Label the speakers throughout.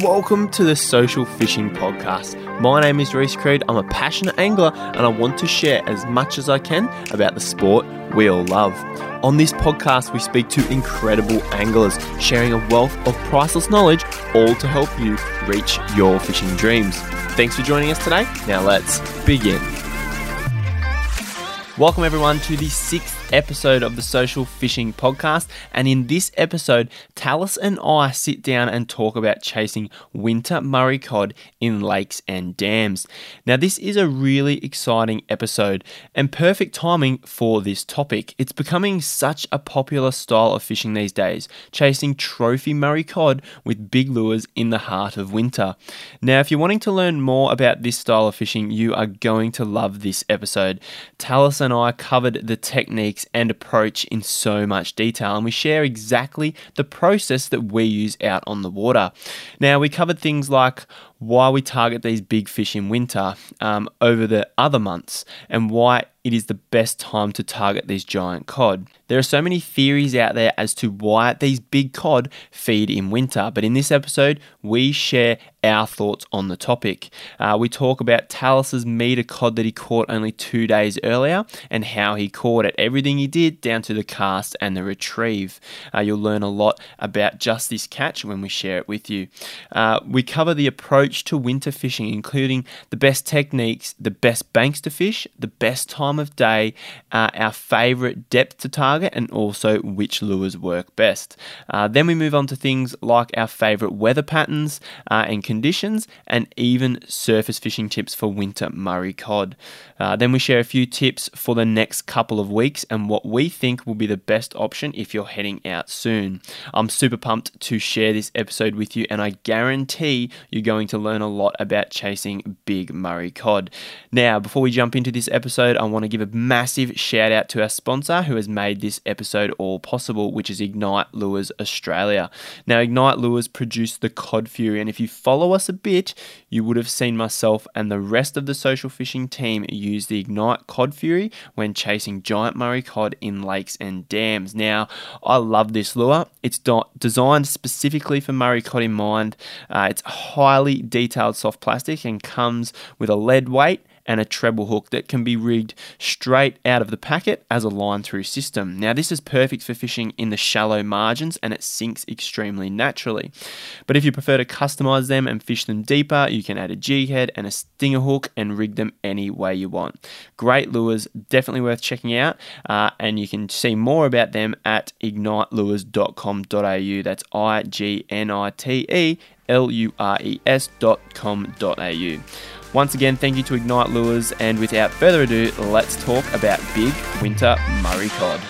Speaker 1: Welcome to the Social Fishing Podcast. My name is Reese Creed. I'm a passionate angler and I want to share as much as I can about the sport we all love. On this podcast, we speak to incredible anglers, sharing a wealth of priceless knowledge, all to help you reach your fishing dreams. Thanks for joining us today. Now let's begin. Welcome, everyone, to the sixth episode of the Social Fishing Podcast. And in this episode, Talis and I sit down and talk about chasing winter Murray cod in lakes and dams. Now, this is a really exciting episode and perfect timing for this topic. It's becoming such a popular style of fishing these days, chasing trophy Murray cod with big lures in the heart of winter. Now, if you're wanting to learn more about this style of fishing, you are going to love this episode. Talis and I covered the techniques and approach in so much detail, and we share exactly the process that we use out on the water. Now, we covered things like why we target these big fish in winter um, over the other months and why it is the best time to target these giant cod. There are so many theories out there as to why these big cod feed in winter, but in this episode, we share our thoughts on the topic. Uh, we talk about Talis's meter cod that he caught only two days earlier and how he caught it, everything he did down to the cast and the retrieve. Uh, you'll learn a lot about just this catch when we share it with you. Uh, we cover the approach to winter fishing, including the best techniques, the best banks to fish, the best time of day, uh, our favorite depth to target, and also which lures work best. Uh, then we move on to things like our favorite weather patterns uh, and conditions, and even surface fishing tips for winter Murray cod. Uh, then we share a few tips for the next couple of weeks and what we think will be the best option if you're heading out soon. I'm super pumped to share this episode with you, and I guarantee you're going to learn a lot about chasing big Murray cod. Now, before we jump into this episode, I want want to give a massive shout out to our sponsor who has made this episode all possible, which is Ignite Lures Australia. Now, Ignite Lures produce the Cod Fury, and if you follow us a bit, you would have seen myself and the rest of the social fishing team use the Ignite Cod Fury when chasing giant Murray cod in lakes and dams. Now, I love this lure. It's designed specifically for Murray cod in mind. Uh, it's highly detailed soft plastic and comes with a lead weight and a treble hook that can be rigged straight out of the packet as a line through system. Now, this is perfect for fishing in the shallow margins and it sinks extremely naturally. But if you prefer to customize them and fish them deeper, you can add a jig head and a stinger hook and rig them any way you want. Great lures, definitely worth checking out, uh, and you can see more about them at ignitelures.com.au. That's I G N I T E L U R E S dot com dot au. Once again, thank you to Ignite Lures, and without further ado, let's talk about big winter Murray cod.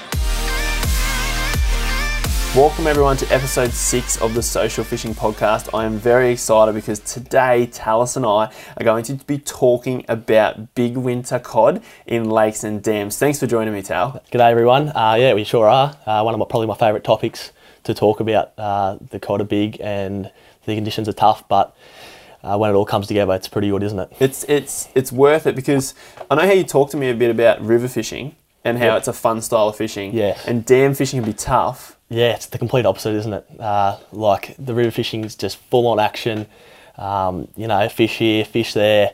Speaker 1: Welcome everyone to episode six of the Social Fishing Podcast. I am very excited because today Talis and I are going to be talking about big winter cod in lakes and dams. Thanks for joining me, Tal.
Speaker 2: G'day everyone. Uh, yeah, we sure are. Uh, one of my probably my favourite topics to talk about. Uh, the cod are big and the conditions are tough, but uh, when it all comes together, it's pretty good, isn't it?
Speaker 1: It's it's it's worth it because I know how you talked to me a bit about river fishing and how
Speaker 2: Yeah.
Speaker 1: it's a fun style of fishing.
Speaker 2: Yeah.
Speaker 1: And dam fishing can be tough.
Speaker 2: Yeah, it's the complete opposite, isn't it? Uh, like the river fishing is just full on action. Um, you know, fish here, fish there.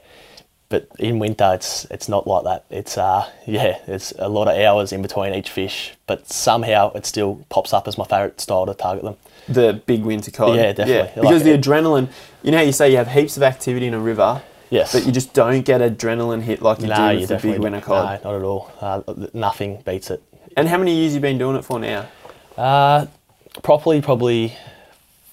Speaker 2: But in winter, it's it's not like that. It's uh, yeah, it's a lot of hours in between each fish, but somehow it still pops up as my favourite style to target them.
Speaker 1: The big winter cod.
Speaker 2: Yeah, definitely. I like
Speaker 1: Because the
Speaker 2: it.
Speaker 1: adrenaline, you know how you say you have heaps of activity in a river,
Speaker 2: Yes.
Speaker 1: but you just don't get adrenaline hit like you
Speaker 2: no,
Speaker 1: do
Speaker 2: you
Speaker 1: with the
Speaker 2: definitely
Speaker 1: big winter
Speaker 2: don't.
Speaker 1: cod.
Speaker 2: No, not at all. Uh, nothing beats it.
Speaker 1: And how many years you been doing it for now?
Speaker 2: Uh, properly, probably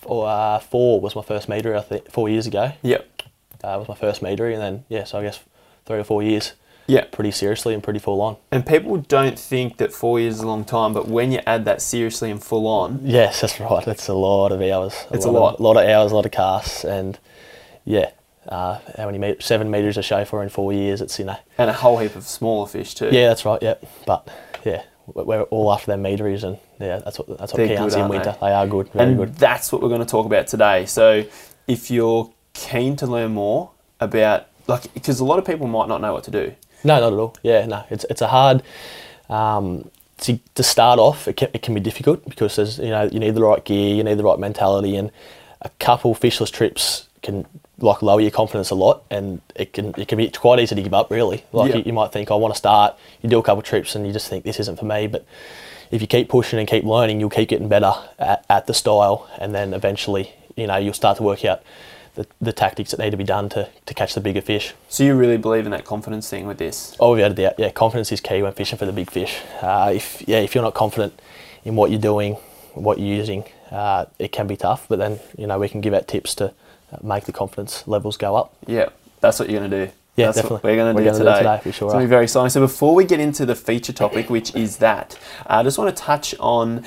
Speaker 2: four, uh, four was my first meter, I think, four years ago.
Speaker 1: Yep.
Speaker 2: Uh, was my first meter, and then, yeah, so I guess three or four years
Speaker 1: Yeah.
Speaker 2: pretty seriously and pretty full on.
Speaker 1: And people don't think that four years is a long time, but when you add that seriously and full on,
Speaker 2: Yes, that's right. That's a lot of hours.
Speaker 1: It's a
Speaker 2: Of, lot of hours, a lot of casts, and yeah, uh, how many meters? Seven meters a show for in four years. It's you know,
Speaker 1: and a whole heap of smaller fish too.
Speaker 2: yeah, that's right. Yep, but yeah, we- we're all after their meteries, and yeah, that's what that's what
Speaker 1: They're good,
Speaker 2: counts in
Speaker 1: aren't
Speaker 2: winter.
Speaker 1: they?
Speaker 2: They? are good, very
Speaker 1: And
Speaker 2: good.
Speaker 1: that's what we're going to talk about today. So, if you're keen to learn more about, like, because a lot of people might not know what to do.
Speaker 2: No, not at all. Yeah, no, it's it's a hard um, to to start off. It can, it can be difficult because there's you know you need the right gear, you need the right mentality, and a couple fishless trips can like lower your confidence a lot, and it can it can be quite easy to give up. Really, like
Speaker 1: Yeah.
Speaker 2: you, you might think I want to start, you do a couple trips, and you just think this isn't for me. But if you keep pushing and keep learning, you'll keep getting better at, at the style, and then eventually, you know, you'll start to work out the, the tactics that need to be done to, to catch the bigger fish.
Speaker 1: So you really believe in that confidence thing with this?
Speaker 2: Oh, without a doubt, yeah, confidence is key when fishing for the big fish. Uh, if yeah, if you're not confident in what you're doing, what you're using, uh, it can be tough. But then you know we can give out tips to make the confidence levels go up.
Speaker 1: Yeah, that's what you're going to do.
Speaker 2: Yeah,
Speaker 1: that's
Speaker 2: definitely.
Speaker 1: What we're going to
Speaker 2: We're
Speaker 1: do
Speaker 2: gonna do
Speaker 1: today.
Speaker 2: it today, we sure
Speaker 1: it's going to
Speaker 2: are.
Speaker 1: be very exciting. So before we get into the feature topic, which is that, I just want to touch on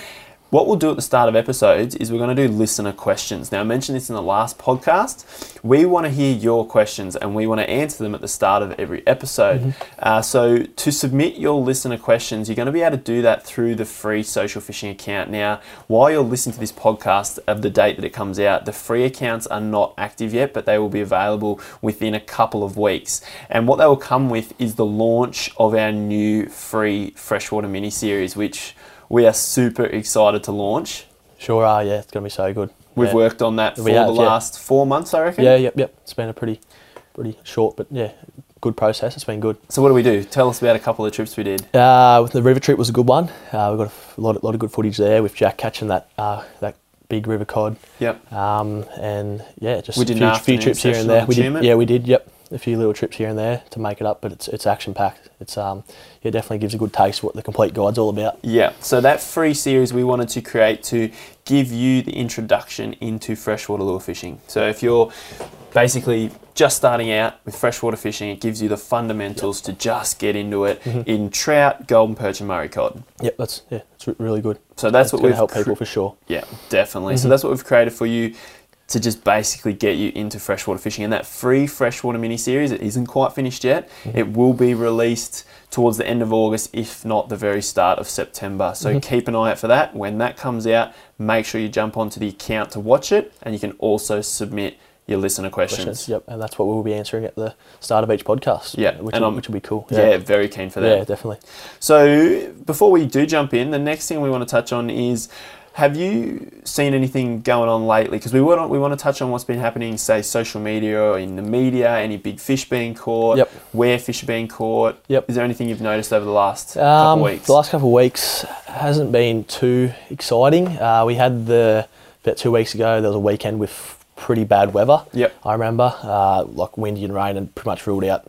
Speaker 1: what we'll do at the start of episodes is we're going to do listener questions. Now, I mentioned this in the last podcast. We want to hear your questions and we want to answer them at the start of every episode.
Speaker 2: Mm-hmm.
Speaker 1: Uh, so to submit your listener questions, you're going to be able to do that through the free social fishing account. Now, while you're listening to this podcast of the date that it comes out, the free accounts are not active yet, but they will be available within a couple of weeks. And what they will come with is the launch of our new free freshwater mini series, which we are super excited to launch.
Speaker 2: Sure are, yeah, it's gonna be so good.
Speaker 1: We've
Speaker 2: yeah.
Speaker 1: worked on that for
Speaker 2: We have,
Speaker 1: the
Speaker 2: yeah.
Speaker 1: last four months, I reckon.
Speaker 2: Yeah, yep, yep. It's been a pretty, pretty short, but yeah, good process. It's been good.
Speaker 1: So what do we do? Tell us about a couple of trips we did.
Speaker 2: Uh, with the river trip was a good one. Uh, we got a f- lot, of- lot of good footage there with Jack catching that uh, that big river cod.
Speaker 1: Yep.
Speaker 2: Um, and yeah, just
Speaker 1: We
Speaker 2: a
Speaker 1: did an
Speaker 2: few, few
Speaker 1: afternoon
Speaker 2: trips here
Speaker 1: session
Speaker 2: and there.
Speaker 1: on
Speaker 2: We
Speaker 1: Tumut.
Speaker 2: did, yeah, we did. Yep, a few little trips here and there to make it up, but it's it's action packed. It's um, yeah, definitely gives a good taste of what the complete guide's all about.
Speaker 1: Yeah, so that free series we wanted to create to give you the introduction into freshwater lure fishing. So if you're basically just starting out with freshwater fishing, it gives you the fundamentals to just get into it in trout, golden perch, and murray cod.
Speaker 2: Yep, that's yeah, it's re- really good.
Speaker 1: So that's
Speaker 2: It's
Speaker 1: what
Speaker 2: gonna
Speaker 1: we've
Speaker 2: help
Speaker 1: cre-
Speaker 2: people for sure.
Speaker 1: Yeah, definitely.
Speaker 2: Mm-hmm.
Speaker 1: So that's what we've created for you to just basically get you into freshwater fishing. And that free freshwater mini series, it isn't quite finished yet.
Speaker 2: Mm-hmm.
Speaker 1: It will be released towards the end of August, if not the very start of September. So
Speaker 2: Mm-hmm.
Speaker 1: keep an eye out for that. When that comes out, make sure you jump onto the account to watch it, and you can also submit your listener questions.
Speaker 2: Questions. Yep, and that's what we'll be answering at the start of each podcast.
Speaker 1: Yeah,
Speaker 2: which
Speaker 1: and
Speaker 2: will,
Speaker 1: I'm-
Speaker 2: which will be cool.
Speaker 1: Yeah. very keen for that.
Speaker 2: yeah, definitely.
Speaker 1: So before we do jump in, the next thing we want to touch on is have you seen anything going on lately? Because we want we want to touch on what's been happening, say social media or in the media, any big fish being caught,
Speaker 2: Yep.
Speaker 1: where fish are being caught.
Speaker 2: Yep.
Speaker 1: Is there anything you've noticed over the last
Speaker 2: Um,
Speaker 1: couple of weeks?
Speaker 2: The last couple of weeks hasn't been too exciting. Uh, we had the about two weeks ago. There was a weekend with pretty bad weather.
Speaker 1: Yep.
Speaker 2: I remember uh, like windy and rain, and pretty much ruled out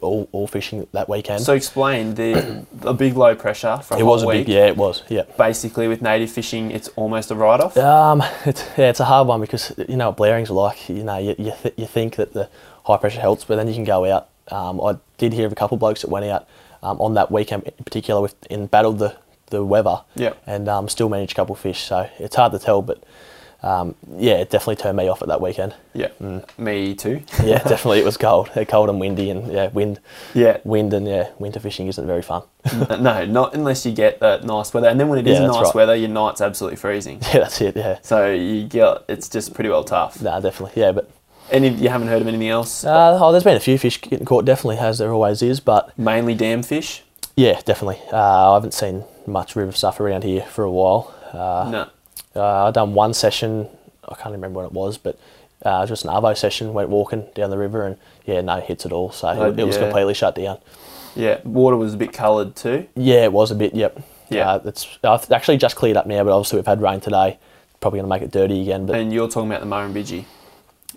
Speaker 2: all, all fishing that weekend.
Speaker 1: so explain the the big low pressure from
Speaker 2: it was a
Speaker 1: week.
Speaker 2: big yeah. It was yeah.
Speaker 1: Basically, with native fishing, it's almost a write off.
Speaker 2: Um, it's, yeah, it's a hard one because you know what blaring's like. You know, you, you, th- you think that the high pressure helps, but then you can go out. Um, I did hear of a couple of blokes that went out um, on that weekend in particular with and battled the, the weather.
Speaker 1: Yep.
Speaker 2: And um, still managed a couple of fish, so it's hard to tell, but um, yeah, it definitely turned me off at that weekend.
Speaker 1: Yeah.
Speaker 2: Mm.
Speaker 1: Me too.
Speaker 2: Yeah, definitely, it was cold, uh, cold and windy, and yeah, wind,
Speaker 1: Yeah.
Speaker 2: wind, and yeah, winter fishing isn't very fun.
Speaker 1: N- no, not unless you get that nice weather. And then when it
Speaker 2: Yeah,
Speaker 1: is
Speaker 2: that's
Speaker 1: nice
Speaker 2: right.
Speaker 1: weather, your night's absolutely freezing.
Speaker 2: yeah, that's it. Yeah,
Speaker 1: So you get it's just pretty well tough.
Speaker 2: nah, definitely, yeah, but
Speaker 1: And if you haven't heard of anything else,
Speaker 2: uh, oh, there's been a few fish getting caught, definitely, as there always is, but.
Speaker 1: mainly dam fish.
Speaker 2: Yeah, definitely. Uh, I haven't seen much river stuff around here for a while. Uh,
Speaker 1: no.
Speaker 2: uh, I done one session. I can't remember when it was, but uh, just an arvo session. Went walking down the river, and yeah, no hits at all. So
Speaker 1: Oh,
Speaker 2: it, it was
Speaker 1: yeah.
Speaker 2: completely shut down.
Speaker 1: Yeah, water was a bit coloured too.
Speaker 2: Yeah, it was a bit. Yep.
Speaker 1: Yeah.
Speaker 2: Uh, it's I've actually just cleared up now, but obviously we've had rain today. Probably gonna make it dirty again, but
Speaker 1: And you're talking about the Murrumbidgee.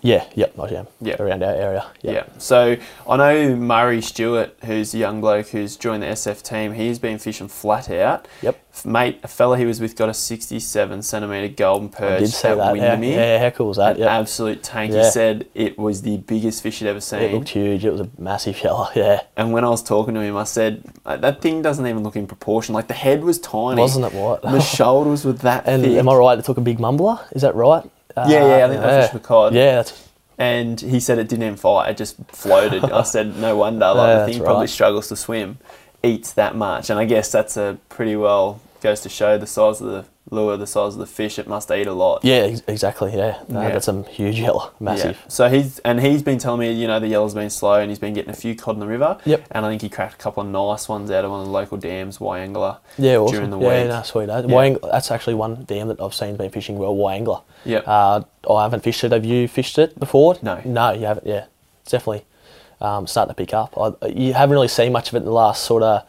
Speaker 2: yeah, yep, I am.
Speaker 1: Yeah.
Speaker 2: around our area.
Speaker 1: Yeah. So I know Murray Stewart, who's a young bloke who's joined the SF team. He's been fishing flat out.
Speaker 2: Yep.
Speaker 1: F- Mate, a fella he was with got a 67 centimetre golden perch
Speaker 2: I did see
Speaker 1: at
Speaker 2: that. Yeah,
Speaker 1: Windermere.
Speaker 2: yeah, how cool was that?
Speaker 1: An
Speaker 2: Yep.
Speaker 1: absolute tank. He
Speaker 2: Yeah.
Speaker 1: said it was the biggest fish he'd ever seen.
Speaker 2: It looked huge. It was a massive yellow. Yeah,
Speaker 1: And when I was talking to him, I said, that thing doesn't even look in proportion. Like the head was tiny.
Speaker 2: Wasn't it what?
Speaker 1: The shoulders were that
Speaker 2: And
Speaker 1: thick.
Speaker 2: am I right? It took a big mumbler. Is that right? Uh,
Speaker 1: Yeah, yeah, I think they fished for cod.
Speaker 2: Yeah, that's,
Speaker 1: And he said it didn't even fight, it just floated. I said, no wonder. Like,
Speaker 2: Yeah,
Speaker 1: the thing
Speaker 2: that's
Speaker 1: probably
Speaker 2: right.
Speaker 1: struggles to swim, eats that much. And I guess that's a pretty well goes to show the size of the lure the size of the fish, it must eat a lot.
Speaker 2: Yeah, ex- exactly. Yeah, no,
Speaker 1: Yeah.
Speaker 2: that's a huge yellow, massive.
Speaker 1: Yeah. So he's and he's been telling me, you know, the yellow's been slow and he's been getting a few cod in the river.
Speaker 2: Yep.
Speaker 1: And I think he cracked a couple of nice ones out of one of the local dams, Wyangler.
Speaker 2: Yeah, awesome.
Speaker 1: during the
Speaker 2: yeah,
Speaker 1: week.
Speaker 2: no, sweet. eh?
Speaker 1: Yeah.
Speaker 2: Wyang- that's actually one dam that I've seen been fishing well, Wyangler.
Speaker 1: Yep.
Speaker 2: Uh, I haven't fished it. Have you fished it before?
Speaker 1: No.
Speaker 2: No, you haven't. Yeah, it's definitely um, starting to pick up. I, you haven't really seen much of it in the last sort of,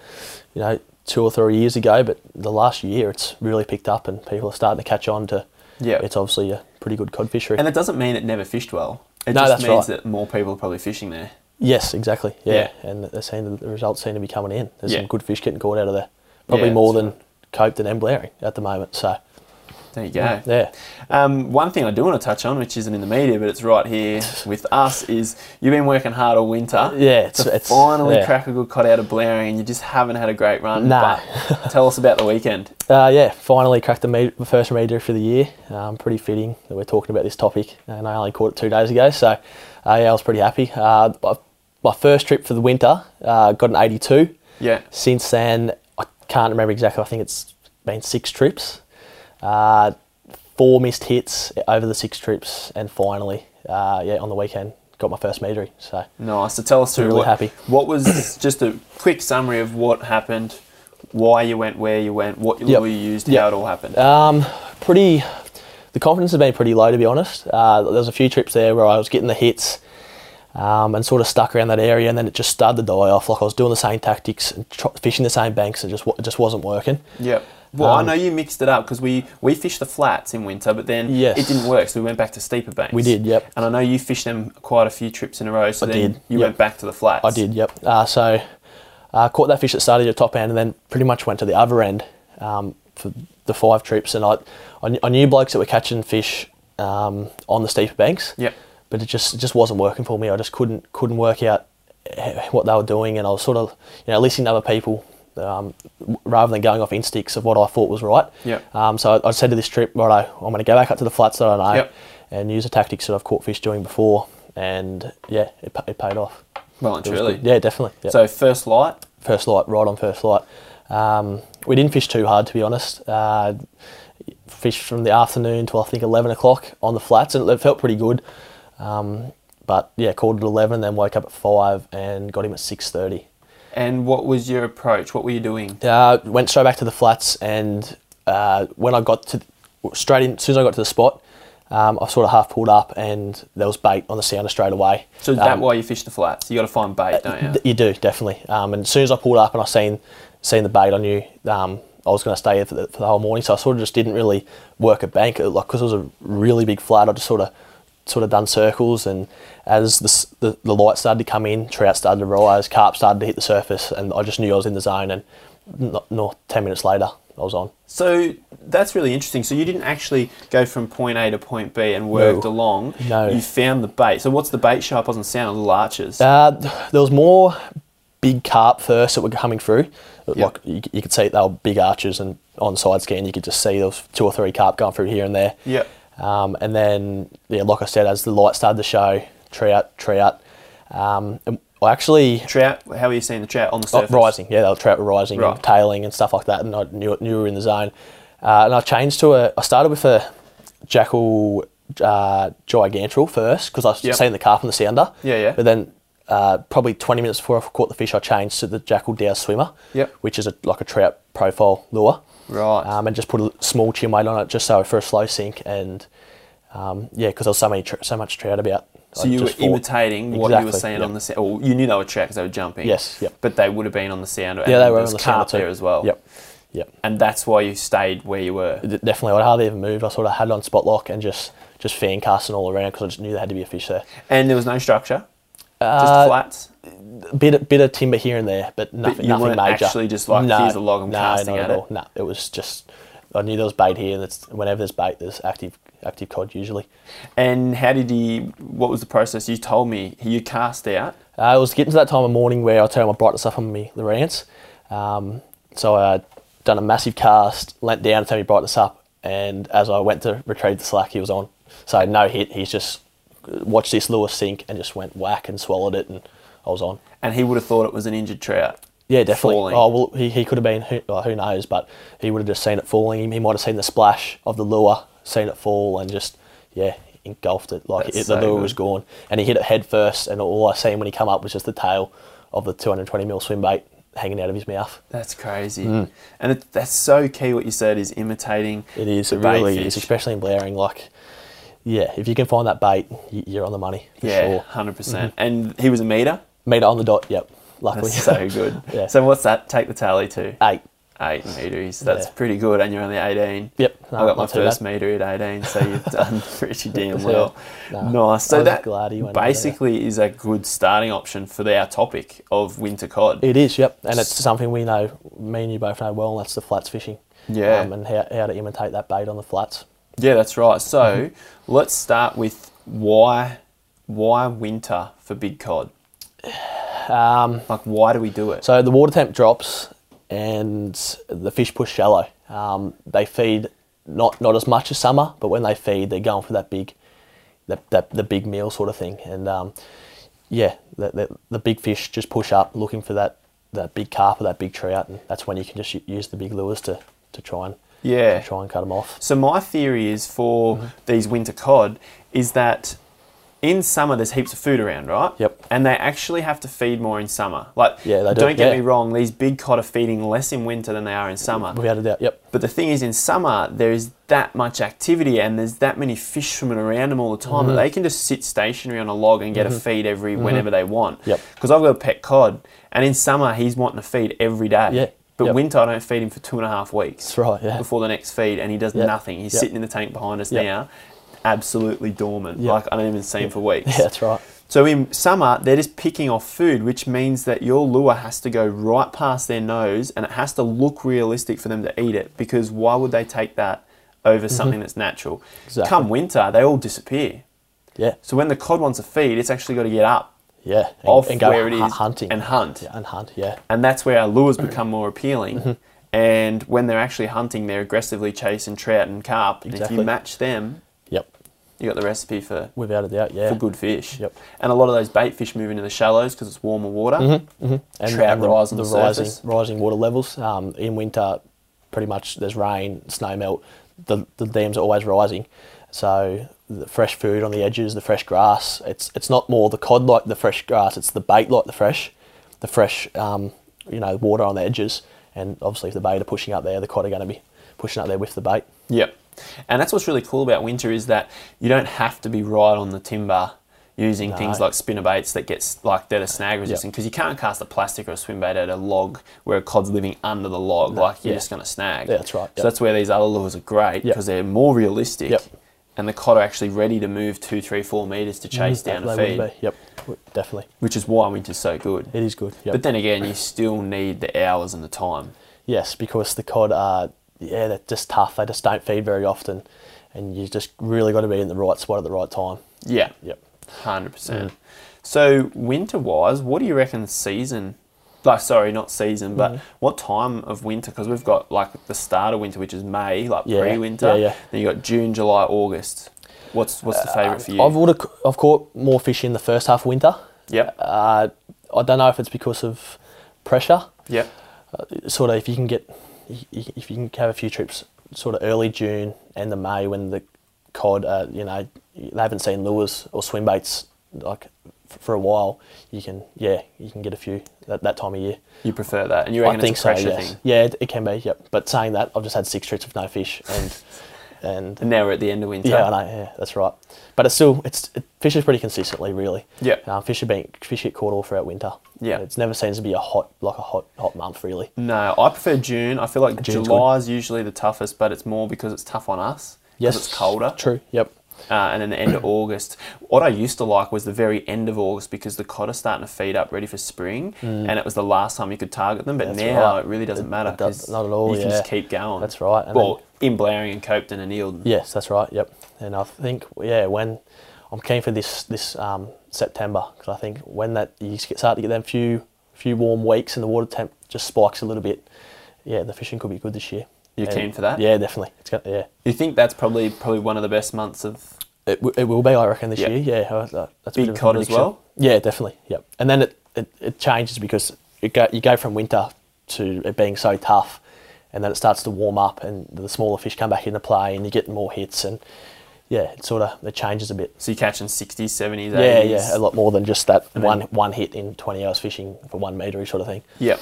Speaker 2: you know, two or three years ago, but the last year it's really picked up and people are starting to catch on to.
Speaker 1: Yeah.
Speaker 2: It's obviously a pretty good cod fishery.
Speaker 1: And it doesn't mean it never fished well. It
Speaker 2: No,
Speaker 1: just
Speaker 2: that's
Speaker 1: means
Speaker 2: right.
Speaker 1: that more people are probably fishing there.
Speaker 2: Yes, exactly. Yeah,
Speaker 1: Yeah.
Speaker 2: and they seem the results seem to be coming in. There's
Speaker 1: Yeah.
Speaker 2: some good fish getting caught out of there, probably
Speaker 1: Yeah,
Speaker 2: more
Speaker 1: that's
Speaker 2: than Cope and Emblaring at the moment. So
Speaker 1: There you go.
Speaker 2: yeah,
Speaker 1: Um, one thing I do want to touch on, which isn't in the media, but it's right here with us, is you've been working hard all winter.
Speaker 2: Yeah, it's-
Speaker 1: to
Speaker 2: it's-
Speaker 1: finally
Speaker 2: yeah.
Speaker 1: crack a good cod out of Blaring, and you just haven't had a great run.
Speaker 2: Nah.
Speaker 1: But tell us about the weekend.
Speaker 2: uh, yeah, finally cracked the me- the first media for the year. Um, pretty fitting that we're talking about this topic, and I only caught it two days ago. So uh, yeah, I was pretty happy. Uh, I- my first trip for the winter uh, got an 82.
Speaker 1: Yeah.
Speaker 2: Since then, I can't remember exactly. I think it's been six trips, uh, four missed hits over the six trips, and finally, uh, yeah, on the weekend got my first meadery. So
Speaker 1: Nice. So tell us through
Speaker 2: Really
Speaker 1: what,
Speaker 2: happy.
Speaker 1: what was just a quick summary of what happened, why you went where you went, what
Speaker 2: Yep.
Speaker 1: lure you used,
Speaker 2: Yep.
Speaker 1: how it all happened.
Speaker 2: Um, pretty. The confidence has been pretty low, to be honest. Uh, there was a few trips there where I was getting the hits, um, and sort of stuck around that area, and then it just started to die off. Like I was doing the same tactics, and tr- fishing the same banks, and just wa- it just wasn't working.
Speaker 1: Yep. Well,
Speaker 2: Um,
Speaker 1: I know you mixed it up because we, we fished the flats in winter, but then
Speaker 2: Yes.
Speaker 1: it didn't work, so we went back to steeper banks.
Speaker 2: We did, yep.
Speaker 1: And I know you fished them quite a few trips in a row, so
Speaker 2: I
Speaker 1: then
Speaker 2: did,
Speaker 1: you
Speaker 2: yep.
Speaker 1: went back to the flats.
Speaker 2: I did, yep. Uh, so uh, caught that fish that started at the top end and then pretty much went to the other end um, for the five trips. And I, I, kn- I knew blokes that were catching fish um, on the steeper banks.
Speaker 1: Yep.
Speaker 2: But it just it just wasn't working for me. I just couldn't couldn't work out eh, what they were doing, and I was sort of you know listening to other people um, w- rather than going off instincts of what I thought was right.
Speaker 1: Yep.
Speaker 2: Um, so I, I said to this trip, right, I'm going to go back up to the flats that I know,
Speaker 1: Yep.
Speaker 2: and use the tactics that I've caught fish doing before, and yeah, it, pa- it paid off.
Speaker 1: Well and
Speaker 2: It was
Speaker 1: truly.
Speaker 2: good. Yeah, definitely. Yeah.
Speaker 1: So first light.
Speaker 2: first light, right on first light. Um, we didn't fish too hard, to be honest. Uh, fished from the afternoon till I think eleven o'clock on the flats, and it felt pretty good. Um, but yeah, called at eleven, then woke up at five and got him at six thirty.
Speaker 1: And what was your approach? What were you doing?
Speaker 2: Uh, went straight back to the flats, and uh, when I got to straight in, as soon as I got to the spot, um, I sort of half pulled up, and there was bait on the sounder straight away.
Speaker 1: So is that
Speaker 2: Um, uh,
Speaker 1: why you fish the flats? You got to find bait, don't you?
Speaker 2: Th- You do definitely. Um, and as soon as I pulled up and I seen seen the bait, I knew um, I was going to stay there for the, for the whole morning. So I sort of just didn't really work a bank, It- like because it was a really big flat. I just sort of sort of done circles, and as the, s- the the light started to come in, trout started to rise, carp started to hit the surface, and I just knew I was in the zone. And not, not ten minutes later, I was on.
Speaker 1: So that's really interesting. So you didn't actually go from point A to point B and worked
Speaker 2: No.
Speaker 1: along.
Speaker 2: No.
Speaker 1: You found the bait. So what's the bait sharp on the sound? Little arches.
Speaker 2: Uh, th- there was more big carp first that were coming through. Like you, you could see they were big arches, and on side scan you could just see there was two or three carp going through here and there.
Speaker 1: Yep.
Speaker 2: Um, and then yeah, like I said, as the light started to show, trout, trout. Um, and I actually
Speaker 1: trout. How are you seeing the trout on the
Speaker 2: Oh,
Speaker 1: surface?
Speaker 2: rising, yeah, they were trout were rising,
Speaker 1: Right.
Speaker 2: and tailing, and stuff like that. And I knew knew we were in the zone. Uh, and I changed to a. I started with a jackal uh, gigantrel first because I was
Speaker 1: Yep.
Speaker 2: seeing the carp on the sounder.
Speaker 1: Yeah, yeah.
Speaker 2: But then. Uh, probably 20 minutes before I caught the fish, I changed to the Jackal Dow Swimmer,
Speaker 1: Yep.
Speaker 2: which is a, like a trout profile lure.
Speaker 1: Right.
Speaker 2: Um, and just put a small chin weight on it just so for a slow sink. And um, yeah, because there was so, many tr- so much trout about.
Speaker 1: So
Speaker 2: I
Speaker 1: you were
Speaker 2: just thought-
Speaker 1: imitating what you were
Speaker 2: Exactly,
Speaker 1: seeing
Speaker 2: yep.
Speaker 1: on the sound. Well, you knew they were trout because they were jumping.
Speaker 2: Yes, yep.
Speaker 1: But they would have been on the sound.
Speaker 2: Yeah, they were on the
Speaker 1: carp
Speaker 2: sounder too.
Speaker 1: there as well.
Speaker 2: Yep. Yep.
Speaker 1: And that's why you stayed where you were.
Speaker 2: D- definitely. I hardly even moved. I sort of had it on spot lock and just just fan casting all around because I just knew there had to be a fish there.
Speaker 1: And there was no structure.
Speaker 2: Uh,
Speaker 1: just flats.
Speaker 2: Bit of- bit of timber here and there, but nothing,
Speaker 1: you
Speaker 2: nothing
Speaker 1: weren't
Speaker 2: major.
Speaker 1: actually just like, "Here's a log, I'm
Speaker 2: no,
Speaker 1: casting
Speaker 2: not
Speaker 1: at
Speaker 2: at,
Speaker 1: it."
Speaker 2: all. No, it was just I knew there was bait here. And it's, whenever there's bait, there's active active cod usually.
Speaker 1: And how did he? What was the process? You told me you cast out.
Speaker 2: Uh, it was getting to that time of morning where I turned my brightness up on me the rants. Um, so I done a massive cast, leant down, turned my brightness up, and as I went to retrieve the slack, he was on. So no hit. He's just watched this lure sink and just went whack and swallowed it, and I was on.
Speaker 1: And he would have thought it was an injured trout.
Speaker 2: Yeah, definitely.
Speaker 1: falling.
Speaker 2: Oh well, he, he could have been who, well, who knows, but he would have just seen it falling. He, he might have seen the splash of the lure, seen it fall, and just yeah, engulfed it like
Speaker 1: That's
Speaker 2: it,
Speaker 1: so
Speaker 2: the lure
Speaker 1: good.
Speaker 2: was gone. And he hit it head first, and all I seen when he come up was just the tail of the 220 mil swim bait hanging out of his mouth.
Speaker 1: That's crazy.
Speaker 2: Hmm.
Speaker 1: And it, that's so key what you said is imitating.
Speaker 2: It is,
Speaker 1: the
Speaker 2: it really
Speaker 1: bait
Speaker 2: is,
Speaker 1: fish.
Speaker 2: especially in blaring. Like, yeah, if you can find that bait, y- you're on the money for
Speaker 1: Yeah,
Speaker 2: sure. Mm-hmm.
Speaker 1: 100%. percent And he was a meter.
Speaker 2: Meter on the dot. Yep, luckily.
Speaker 1: That's so good.
Speaker 2: Oh, Yeah.
Speaker 1: So what's that take the tally to?
Speaker 2: eight.
Speaker 1: Eight meters. That's
Speaker 2: Mm. Yeah.
Speaker 1: pretty good. And you're only 18.
Speaker 2: Yep,
Speaker 1: I
Speaker 2: no,
Speaker 1: got my
Speaker 2: not too
Speaker 1: first
Speaker 2: bad.
Speaker 1: meter at 18, so you've done pretty damn
Speaker 2: Yeah.
Speaker 1: well.
Speaker 2: No,
Speaker 1: nice.
Speaker 2: I
Speaker 1: So
Speaker 2: was
Speaker 1: that
Speaker 2: glad he went over there.
Speaker 1: basically is a good starting option for the, our topic of winter cod.
Speaker 2: It is, yep, and it's something we know, me and you both know well, and that's the flats fishing.
Speaker 1: Yeah.
Speaker 2: um, and how, how to imitate that bait on the flats.
Speaker 1: Yeah, that's right. So
Speaker 2: Mm-hmm.
Speaker 1: let's start with why why winter for big cod? Um, like why do we do it?
Speaker 2: So the water temp drops, and the fish push shallow. Um, they feed not not as much as summer, but when they feed, they're going for that big, that, that the big meal sort of thing. And um, yeah, the, the, the big fish just push up, looking for that that big carp or that big trout, and that's when you can just u- use the big lures to to try and
Speaker 1: Yeah.
Speaker 2: to try and cut them off.
Speaker 1: So my theory is for
Speaker 2: Mm-hmm.
Speaker 1: these winter cod is that in summer there's heaps of food around, right?
Speaker 2: Yep.
Speaker 1: And they actually have to feed more in summer. Like
Speaker 2: Yeah, they do,
Speaker 1: not get
Speaker 2: yeah.
Speaker 1: me wrong, these big cod are feeding less in winter than they are in summer.
Speaker 2: Without a doubt, yep.
Speaker 1: But the thing is, in summer, there is that much activity and there's that many fish swimming around them all the time
Speaker 2: Mm-hmm.
Speaker 1: that they can just sit stationary on a log and get a feed every whenever they want.
Speaker 2: Yep.
Speaker 1: Because I've got a pet cod, and in summer, he's wanting to feed every day.
Speaker 2: Yeah,
Speaker 1: But
Speaker 2: yep.
Speaker 1: winter, I don't feed him for two and a half weeks.
Speaker 2: That's right, yeah.
Speaker 1: Before the next feed, and he does
Speaker 2: Yep.
Speaker 1: nothing. He's
Speaker 2: Yep.
Speaker 1: sitting in the tank behind us
Speaker 2: Yep.
Speaker 1: now, absolutely dormant.
Speaker 2: Yep.
Speaker 1: Like, I don't even see him for weeks.
Speaker 2: Yeah, that's right.
Speaker 1: So in summer, they're just picking off food, which means that your lure has to go right past their nose and it has to look realistic for them to eat it because why would they take that over something that's natural?
Speaker 2: Mm-hmm. Exactly.
Speaker 1: Come winter, they all disappear.
Speaker 2: Yeah,
Speaker 1: So when the cod wants to feed, it's actually got to get up
Speaker 2: yeah. And,
Speaker 1: off
Speaker 2: and go
Speaker 1: where it
Speaker 2: hu-
Speaker 1: is
Speaker 2: hunting
Speaker 1: and hunt.
Speaker 2: Yeah, and hunt. Yeah,
Speaker 1: And that's where our lures become more appealing.
Speaker 2: Mm-hmm.
Speaker 1: And when they're actually hunting, they're aggressively chasing trout and carp. And if
Speaker 2: Exactly.
Speaker 1: you match them,
Speaker 2: yep.
Speaker 1: you got the recipe for
Speaker 2: Without a doubt, yeah.
Speaker 1: for good fish.
Speaker 2: Yep.
Speaker 1: And a lot of those bait fish move into the shallows because it's warmer water.
Speaker 2: Mm-hmm.
Speaker 1: Trout rise on the
Speaker 2: rising,
Speaker 1: surface.
Speaker 2: rising water levels. Um, in winter, pretty much there's rain, snow melt. The, the dams are always rising, so the fresh food on the edges, the fresh grass. It's it's not more the cod like the fresh grass. It's the bait like the fresh, the fresh um, you know water on the edges. And obviously, if the bait are pushing up there, the cod are going to be pushing up there with the bait.
Speaker 1: Yep. And that's what's really cool about winter is that you don't have to be right on the timber using things like spinner baits that gets like that are snag resistant because you can't cast a plastic or a swim bait at a log where a cod's living under the log like you're
Speaker 2: yeah.
Speaker 1: just going to snag.
Speaker 2: Yeah, that's right,
Speaker 1: So
Speaker 2: yep.
Speaker 1: that's where these other lures are great
Speaker 2: Yep.
Speaker 1: because they're more realistic
Speaker 2: Yep.
Speaker 1: and the cod are actually ready to move two, three, four meters to chase down a
Speaker 2: Mm, They would
Speaker 1: feed,
Speaker 2: be. Yep, w- definitely.
Speaker 1: which is why winter's so good.
Speaker 2: It is good. Yep.
Speaker 1: But then again, you still need the hours and the time.
Speaker 2: Yes, because the cod are yeah, they're just tough. They just don't feed very often, and you just really got to be in the right spot at the right time.
Speaker 1: Yeah.
Speaker 2: Yep.
Speaker 1: Hundred percent. So winter wise, what do you reckon season? Like, sorry, not season, but
Speaker 2: Mm-hmm.
Speaker 1: what time of winter? Because we've got like the start of winter, which is May, like
Speaker 2: Yeah,
Speaker 1: pre-winter.
Speaker 2: yeah, yeah.
Speaker 1: Then you got June, July, August. What's what's the favourite for you?
Speaker 2: I've would have, I've caught more fish in the first half of winter.
Speaker 1: yep,
Speaker 2: Uh, I don't know if it's because of pressure.
Speaker 1: yep,
Speaker 2: Sort of, if you can get, if you can have a few trips, sort of early June and the May when the cod, uh, you know, they haven't seen lures or swim baits like f- for a while. You can yeah, you can get a few that, that time of year.
Speaker 1: you prefer that, and you reckon
Speaker 2: I think
Speaker 1: it's a
Speaker 2: so.
Speaker 1: pressure
Speaker 2: Yes.
Speaker 1: thing.
Speaker 2: Yeah, it, it can be. Yep. But saying that, I've just had six trips of no fish, and and
Speaker 1: And now we're at the end of winter.
Speaker 2: yeah, I know. Yeah, that's right. But it's still it's it fishes pretty consistently, really.
Speaker 1: Yeah.
Speaker 2: Uh, fish have been fish get caught all throughout winter.
Speaker 1: Yeah.
Speaker 2: It's never seems to be a hot like a hot hot month really.
Speaker 1: No, I prefer June. I feel like
Speaker 2: June's
Speaker 1: July is usually the toughest, but it's more because it's tough on us. 'cause
Speaker 2: Yes.
Speaker 1: it's colder.
Speaker 2: True. Yep.
Speaker 1: uh, and then the end of August. What I used to like was the very end of August because the cod are starting to feed up, ready for spring, and it was the last time you could target them. But
Speaker 2: Mm. That's
Speaker 1: now
Speaker 2: right.
Speaker 1: it really doesn't
Speaker 2: It-
Speaker 1: matter.
Speaker 2: it does-
Speaker 1: 'cause
Speaker 2: not at all,
Speaker 1: You can just
Speaker 2: yeah.
Speaker 1: keep going.
Speaker 2: That's right, and
Speaker 1: well, in Blaring and Copeton and Eildon.
Speaker 2: Yes, that's right. Yep. And I think yeah, when I'm keen for this this um, September because I think when that you s- start to get them few few warm weeks and the water temp just spikes a little bit, yeah, the fishing could be good this year.
Speaker 1: You're
Speaker 2: And-
Speaker 1: keen for that?
Speaker 2: Yeah, definitely. It's got yeah.
Speaker 1: You think that's probably probably one of the best months of
Speaker 2: It, w- it will be, I reckon, this
Speaker 1: Yeah.
Speaker 2: year. Yeah, I- I- that's a
Speaker 1: Big
Speaker 2: bit of a
Speaker 1: cod as
Speaker 2: prediction.
Speaker 1: well?
Speaker 2: Yeah, definitely. Yep. And then it, it, it changes because it go, you go from winter to it being so tough, and then it starts to warm up, and the smaller fish come back into play, and you get more hits, and yeah, it sort of it changes a bit.
Speaker 1: So you're catching 60s, 70s,
Speaker 2: Yeah,
Speaker 1: 80s.
Speaker 2: yeah, a lot more than just that
Speaker 1: And then-
Speaker 2: one one hit in 20 hours fishing for one metre sort of thing.
Speaker 1: Yep.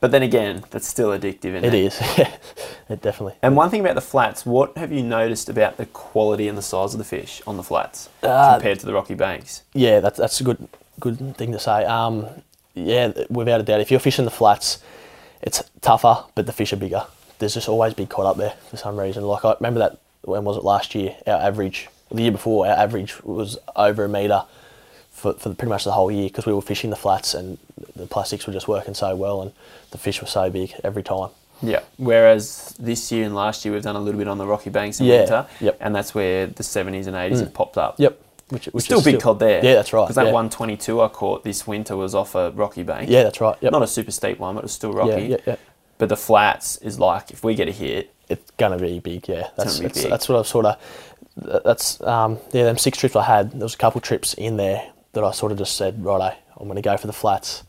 Speaker 1: But then again, that's still addictive, isn't it?
Speaker 2: Mm. It is, it definitely.
Speaker 1: And one thing about the flats, what have you noticed about the quality and the size of the fish on the flats
Speaker 2: Uh,
Speaker 1: compared to the rocky banks?
Speaker 2: Yeah, that's that's a good good thing to say. Um, yeah, without a doubt, if you're fishing the flats, it's tougher, but the fish are bigger. There's just always been caught up there for some reason. Like I remember that when was it last year? Our average the year before, our average was over a meter for, for pretty much the whole year because we were fishing the flats and the plastics were just working so well and the fish were so big every time.
Speaker 1: Yeah. Whereas this year and last year we've done a little bit on the rocky banks in
Speaker 2: Yeah,
Speaker 1: winter,
Speaker 2: yep. Mm.
Speaker 1: and that's where the 70s and 80s have popped up.
Speaker 2: Yep, which, which
Speaker 1: still
Speaker 2: is
Speaker 1: big cod there.
Speaker 2: Yeah, that's right.
Speaker 1: Because that
Speaker 2: yeah.
Speaker 1: 122 I caught this winter was off a rocky bank.
Speaker 2: Yeah, that's right. Yep.
Speaker 1: Not a super steep one, but it was still rocky.
Speaker 2: yeah, yeah.
Speaker 1: But the flats is like if we get a hit,
Speaker 2: it's gonna be big. Yeah, that's
Speaker 1: gonna be
Speaker 2: that's,
Speaker 1: big.
Speaker 2: that's what I've sort of that's um, yeah. Them six trips I had, there was a couple trips in there that I sort of just said, righto, I'm gonna go for the flats,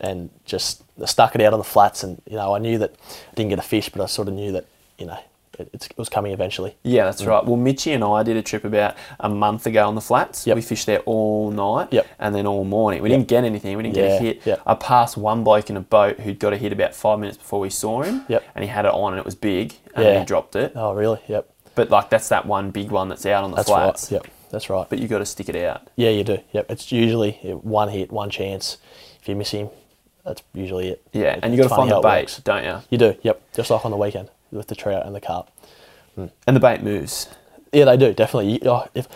Speaker 2: and just stuck it out on the flats, and you know I knew that I didn't get a fish, but I sort of knew that you know it, it's, it was coming eventually.
Speaker 1: Yeah, that's right. Well, Mitchy and I did a trip about a month ago on the flats.
Speaker 2: Yep.
Speaker 1: We fished there all night
Speaker 2: Yep.
Speaker 1: and then all morning. We didn't get anything. We didn't get
Speaker 2: Yeah,
Speaker 1: a hit.
Speaker 2: yep.
Speaker 1: I passed one bloke in a boat who'd got a hit about five minutes before we saw him.
Speaker 2: Yep.
Speaker 1: And he had it on and it was big and
Speaker 2: Yeah.
Speaker 1: he dropped it.
Speaker 2: Oh really? Yep,
Speaker 1: But like that's that one big one that's out on the
Speaker 2: that's
Speaker 1: flats.
Speaker 2: right. Yep, that's right.
Speaker 1: But you got to stick it out.
Speaker 2: yeah, you do. Yep, it's usually one hit, one chance. If you miss him, that's usually it.
Speaker 1: Yeah,
Speaker 2: It-
Speaker 1: and you got
Speaker 2: it's
Speaker 1: to find
Speaker 2: funny
Speaker 1: the
Speaker 2: how it
Speaker 1: bait,
Speaker 2: works.
Speaker 1: don't you?
Speaker 2: You do. Yep, just like on the weekend with the trout and the carp.
Speaker 1: And the bait moves.
Speaker 2: Yeah, they do definitely. You- oh, if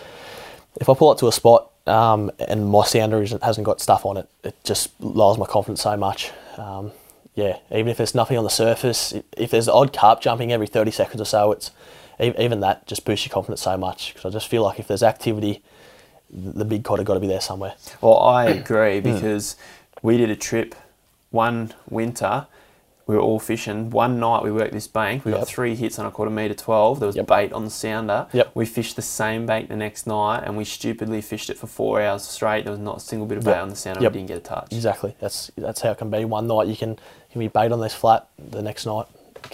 Speaker 2: if I pull up to a spot um, and my sounder isn't, hasn't got stuff on it, it just lowers my confidence so much. Um, yeah, even if there's nothing on the surface, i- if there's the odd carp jumping every thirty seconds or so, it's e- even that just boosts your confidence so much because I just feel like if there's activity, th- the big cod have got to be there somewhere.
Speaker 1: Well, I agree
Speaker 2: Hmm.
Speaker 1: because we did a trip one winter. We were all fishing. One night we worked this bank. We got
Speaker 2: Yep.
Speaker 1: three hits on a quarter meter 12. There was
Speaker 2: Yep.
Speaker 1: bait on the sounder.
Speaker 2: Yep.
Speaker 1: We fished the same bait the next night and we stupidly fished it for four hours straight. There was not a single bit of bait
Speaker 2: Yep.
Speaker 1: on the sounder.
Speaker 2: Yep.
Speaker 1: We didn't get a touch.
Speaker 2: Exactly. That's that's how it can be. One night you can you can be bait on this flat, the next night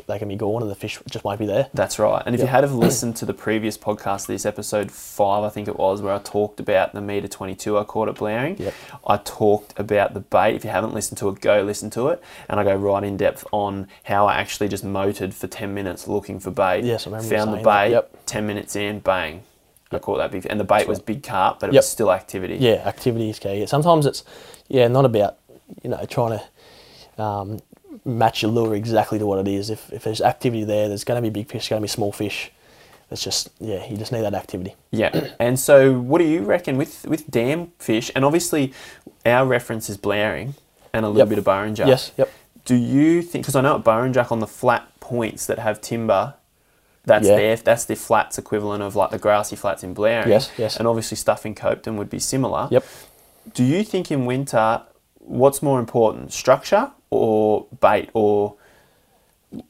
Speaker 2: they can be gone and the fish just won't be there.
Speaker 1: That's right. And if you
Speaker 2: Yep.
Speaker 1: had have listened to the previous podcast, this episode five, I think it was, where I talked about the meter 22 I caught at Blaring,
Speaker 2: Yep.
Speaker 1: I talked about the bait. If you haven't listened to it, go listen to it. And I go right in depth on how I actually just motored for 10 minutes looking for bait.
Speaker 2: Yes, I remember you
Speaker 1: Found the
Speaker 2: saying that.
Speaker 1: bait,
Speaker 2: Yep.
Speaker 1: 10 minutes in, bang. I caught that big. And the bait was big carp, but it
Speaker 2: Yep.
Speaker 1: was still activity.
Speaker 2: yeah, activity is key. Sometimes it's yeah, not about you know trying to um, match your lure exactly to what it is. If if there's activity there, there's going to be big fish, going to be small fish. It's just yeah, you just need that activity.
Speaker 1: Yeah. And so, what do you reckon with with dam fish? And obviously, our reference is blaring and a little
Speaker 2: Yep.
Speaker 1: bit of barranger.
Speaker 2: Yes, yep.
Speaker 1: Do you think? Because I know at barranger on the flat points that have timber, that's
Speaker 2: Yeah.
Speaker 1: their that's their flats equivalent of like the grassy flats in blaring.
Speaker 2: Yes, yes.
Speaker 1: And obviously, stuff in Copeton would be similar.
Speaker 2: Yep.
Speaker 1: Do you think in winter, what's more important, structure or bait, or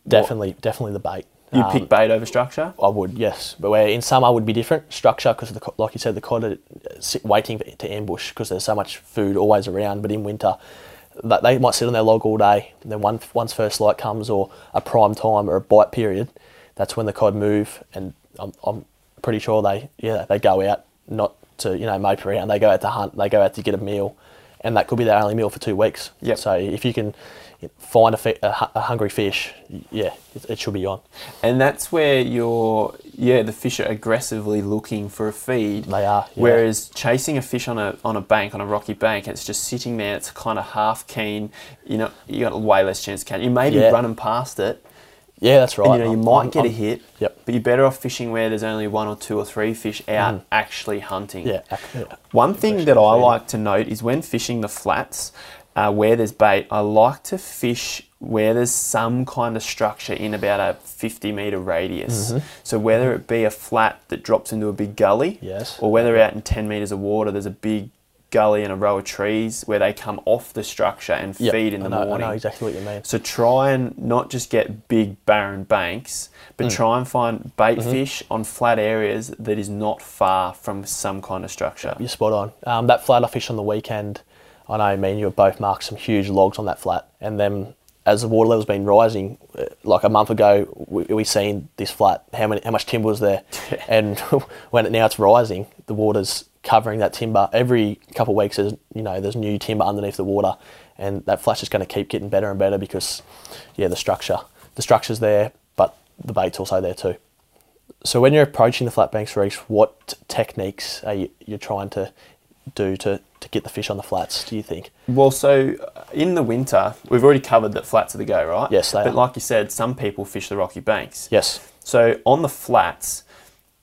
Speaker 2: Definitely, definitely the bait.
Speaker 1: you
Speaker 2: Um,
Speaker 1: pick bait over structure?
Speaker 2: I would, yes. But where in summer would be different structure because, like you said, the cod are uh, sit waiting for, to ambush because there's so much food always around. But in winter, that they might sit on their log all day. And then one, once first light comes or a prime time or a bite period, that's when the cod move. And I'm, I'm pretty sure they yeah they go out not to you know mope around. They go out to hunt. They go out to get a meal, and that could be their only meal for two weeks.
Speaker 1: Yep.
Speaker 2: So if you can find a, fi- a, hu- a hungry fish, yeah, it, it should be on.
Speaker 1: And that's where you're, yeah, the fish are aggressively looking for a feed.
Speaker 2: They are, yeah.
Speaker 1: Whereas chasing a fish on a on a bank, on a rocky bank, it's just sitting there. It's kind of half keen. You know, you got way less chance. Can you maybe
Speaker 2: Yeah.
Speaker 1: running past it?
Speaker 2: Yeah, that's right.
Speaker 1: And, you know, you
Speaker 2: I'm-
Speaker 1: might
Speaker 2: I'm-
Speaker 1: get a
Speaker 2: I'm-
Speaker 1: hit.
Speaker 2: yep.
Speaker 1: But you're better off fishing where there's only one or two or three fish out actually hunting.
Speaker 2: Mm. Yeah, ac- yeah.
Speaker 1: One thing that I like to note is when fishing the flats, uh, where there's bait, I like to fish where there's some kind of structure in about a 50 meter radius.
Speaker 2: Mm-hmm.
Speaker 1: So whether it be a flat that drops into a big gully,
Speaker 2: Yes.
Speaker 1: or whether out in 10 meters of water there's a big gully and a row of trees where they come off the structure and
Speaker 2: Yep,
Speaker 1: feed in
Speaker 2: I
Speaker 1: the
Speaker 2: know- I know
Speaker 1: morning.
Speaker 2: exactly what you mean.
Speaker 1: So try and not just get big barren banks, but
Speaker 2: Mm.
Speaker 1: try and find bait
Speaker 2: Mm-hmm.
Speaker 1: fish on flat areas that is not far from some kind of structure.
Speaker 2: You're spot on. Um, that flat I fished on the weekend, I know me and you have both marked some huge logs on that flat, and then as the water level's been rising, uh, like a month ago, we, we seen this flat. How many, how much timber was there? and when it, now it's rising, the water's covering that timber. Every couple of weeks, there's you know there's new timber underneath the water, and that flat's just going to keep getting better and better because, yeah, the structure, the structure's there, but the bait's also there too. So when you're approaching the flat banks reefs, what techniques are you you're trying to do to, to get the fish on the flats? Do you think?
Speaker 1: Well, so uh, in the winter, we've already covered that flats are the go, right?
Speaker 2: Yes, they
Speaker 1: But
Speaker 2: are.
Speaker 1: like you said, some people fish the rocky banks.
Speaker 2: Yes.
Speaker 1: So on the flats,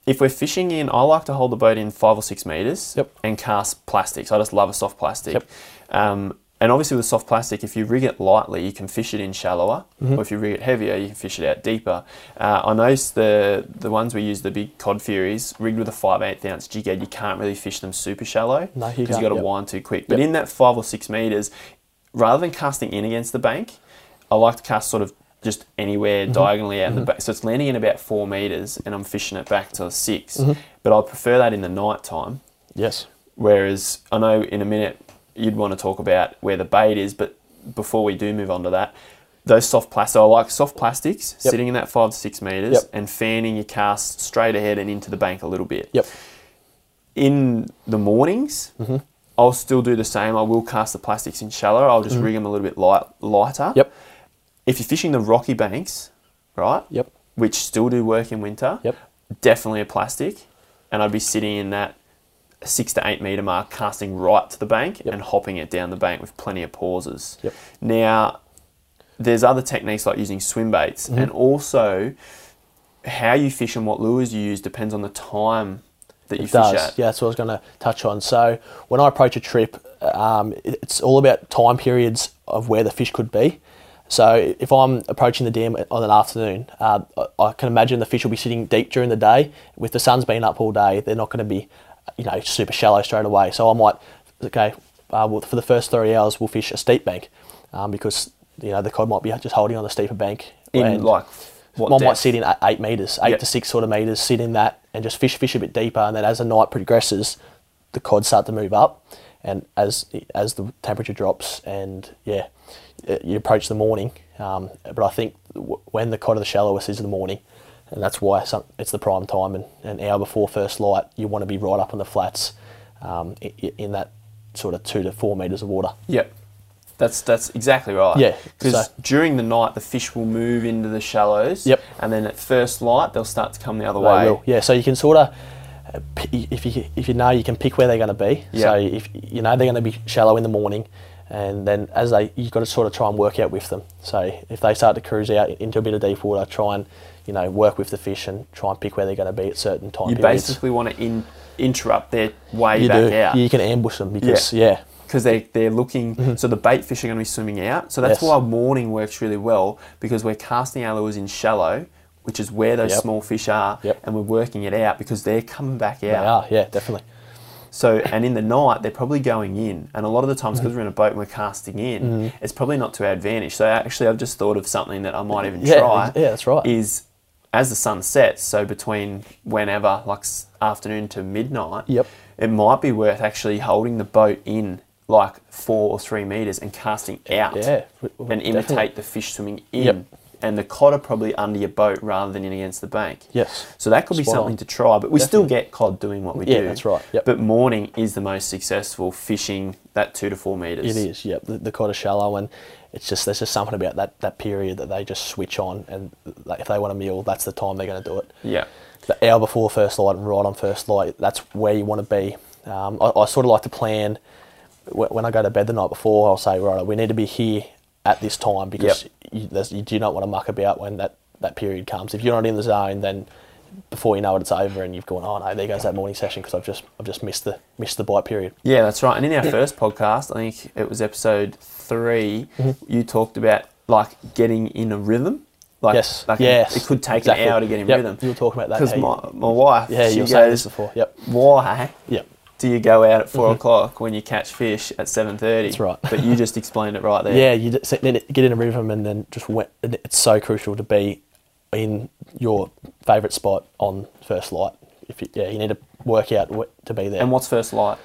Speaker 1: if we're fishing in, I like to hold the boat in five or six meters
Speaker 2: Yep.
Speaker 1: and cast plastics. I just love a soft plastic.
Speaker 2: Yep.
Speaker 1: Um, and obviously with soft plastic, if you rig it lightly, you can fish it in shallower,
Speaker 2: Mm-hmm.
Speaker 1: or if you rig it heavier, you can fish it out deeper. Uh, I noticed the the ones we use, the big cod furies, rigged with a five eighth ounce jig head, you can't really fish them super shallow
Speaker 2: No, you
Speaker 1: because
Speaker 2: can't,
Speaker 1: got to
Speaker 2: yep.
Speaker 1: wind too quick. But in that five or six meters, rather than casting in against the bank, I like to cast sort of just anywhere
Speaker 2: Mm-hmm.
Speaker 1: diagonally out the back. So it's landing in about four meters, and I'm fishing it back to 6
Speaker 2: Mm-hmm.
Speaker 1: But I prefer that in the night time.
Speaker 2: Yes.
Speaker 1: Whereas I know in a minute you'd want to talk about where the bait is, but before we do move on to that, those soft plastics, I like soft plastics
Speaker 2: Yep.
Speaker 1: sitting in that five to six meters
Speaker 2: Yep.
Speaker 1: and fanning your cast straight ahead and into the bank a little bit
Speaker 2: Yep.
Speaker 1: in the mornings,
Speaker 2: Mm-hmm.
Speaker 1: I'll still do the same. I will cast the plastics in shallower. I'll just rig them a little bit light, lighter.
Speaker 2: Mm-hmm. Yep.
Speaker 1: If you're fishing the rocky banks, right?
Speaker 2: Yep.
Speaker 1: Which still do work in winter.
Speaker 2: Yep.
Speaker 1: Definitely a plastic, and I'd be sitting in that six to eight meter mark, casting right to the bank
Speaker 2: Yep.
Speaker 1: and hopping it down the bank with plenty of pauses.
Speaker 2: Yep.
Speaker 1: Now, there's other techniques like using swim baits,
Speaker 2: Mm-hmm.
Speaker 1: and also how you fish and what lures you use depends on the time that you
Speaker 2: It
Speaker 1: fish
Speaker 2: does.
Speaker 1: at.
Speaker 2: Yeah, that's what I was going to touch on. So when I approach a trip, um, it- it's all about time periods of where the fish could be. So if I'm approaching the dam on an afternoon, uh, I- I can imagine the fish will be sitting deep during the day. With the sun's been up all day, they're not going to be, you know, super shallow straight away. So I might, okay, uh, well, for the first 30 hours, we'll fish a steep bank um, because, you know, the cod might be just holding on the steeper bank.
Speaker 1: in
Speaker 2: and-
Speaker 1: like what
Speaker 2: one might
Speaker 1: depth?
Speaker 2: sit in eight, eight meters, eight
Speaker 1: Yeah.
Speaker 2: to six sort of meters, sit in that and just fish, fish a bit deeper. And then as the night progresses, the cod start to move up, and as as the temperature drops, and yeah, uh, you approach the morning. Um, but I think w- when the cod are the shallowest is the morning, and that's why some, it's the prime time. And an hour before first light, you want to be right up on the flats, um, i- i- in that sort of two to four meters of water.
Speaker 1: Yep. That's that's exactly right.
Speaker 2: Yeah,
Speaker 1: Because
Speaker 2: so-
Speaker 1: during the night the fish will move into the shallows.
Speaker 2: Yep.
Speaker 1: And then at first light they'll start to come the other
Speaker 2: They
Speaker 1: way.
Speaker 2: will, Yeah, so you can sort of if you if you know you can pick where they're going to be.
Speaker 1: Yeah.
Speaker 2: So if you know they're going to be shallow in the morning, and then as they you've got to sort of try and work out with them. So if they start to cruise out into a bit of deep water, try and you know work with the fish and try and pick where they're going to be at certain time
Speaker 1: You
Speaker 2: periods.
Speaker 1: basically want to in, interrupt their way
Speaker 2: you
Speaker 1: back
Speaker 2: do.
Speaker 1: out.
Speaker 2: You can ambush them because yeah,
Speaker 1: because they they're looking. So the bait fish are going to be swimming out. So that's
Speaker 2: Yes.
Speaker 1: why morning works really well because we're casting our lures in shallow, which is where those
Speaker 2: Yep.
Speaker 1: small fish are,
Speaker 2: Yep.
Speaker 1: and we're working it out because they're coming back
Speaker 2: they
Speaker 1: out.
Speaker 2: are. Yeah, definitely.
Speaker 1: So, and in the night, they're probably going in. And a lot of the
Speaker 2: Mm.
Speaker 1: times, because we're in a boat and we're casting in, it's probably not to our advantage. So, actually, I've just thought of something that I might even
Speaker 2: Yeah,
Speaker 1: try.
Speaker 2: ex- yeah, that's right.
Speaker 1: Is as the sun sets, so between whenever, like s- afternoon to midnight,
Speaker 2: Yep.
Speaker 1: it might be worth actually holding the boat in like four or three meters and casting out
Speaker 2: Yeah, w- w-
Speaker 1: and imitate
Speaker 2: definitely.
Speaker 1: the fish swimming in.
Speaker 2: Yep.
Speaker 1: And the cod are probably under your boat rather than in against the bank.
Speaker 2: Yes.
Speaker 1: So that could be
Speaker 2: Spot on.
Speaker 1: something to try, but we still get cod doing what we
Speaker 2: Yeah,
Speaker 1: do.
Speaker 2: that's right. Yep.
Speaker 1: But morning is the most successful fishing that two to four meters.
Speaker 2: It is, yeah. The, the cod are shallow, and it's just there's just something about that, that period that they just switch on, and like, if they want a meal, that's the time they're going to do it.
Speaker 1: Yeah.
Speaker 2: The hour before first light and right on first light, that's where you want to be. Um, I, I sort of like to plan wh- when I go to bed the night before. I'll say, right, we need to be here at this time because
Speaker 1: Yep.
Speaker 2: you, there's, you do not want to muck about when that, that period comes. If you're not in the zone, then before you know it, it's over, and you've gone, oh no, there goes that morning session because I've just I've just missed the missed the bite period.
Speaker 1: Yeah, that's right. And in our first podcast, I think it was episode 3
Speaker 2: Mm-hmm.
Speaker 1: you talked about like getting in a rhythm. Like,
Speaker 2: Yes.
Speaker 1: like
Speaker 2: Yes.
Speaker 1: it could take
Speaker 2: Exactly.
Speaker 1: an hour to get in
Speaker 2: Yep.
Speaker 1: rhythm.
Speaker 2: You were talking about that,
Speaker 1: Because
Speaker 2: hey?
Speaker 1: my, my wife,
Speaker 2: Yeah,
Speaker 1: she
Speaker 2: you were
Speaker 1: goes,
Speaker 2: saying this before. Yep.
Speaker 1: Why
Speaker 2: Yep.
Speaker 1: do you go out at 4 o'clock when you catch fish at seven thirty?
Speaker 2: That's right.
Speaker 1: but you just explained it right there.
Speaker 2: Yeah, you just, then it- get in a rhythm and then just went, and it's so crucial to be in your favourite spot on first light. If you, yeah, you need to work out wh- to be there.
Speaker 1: And what's first light?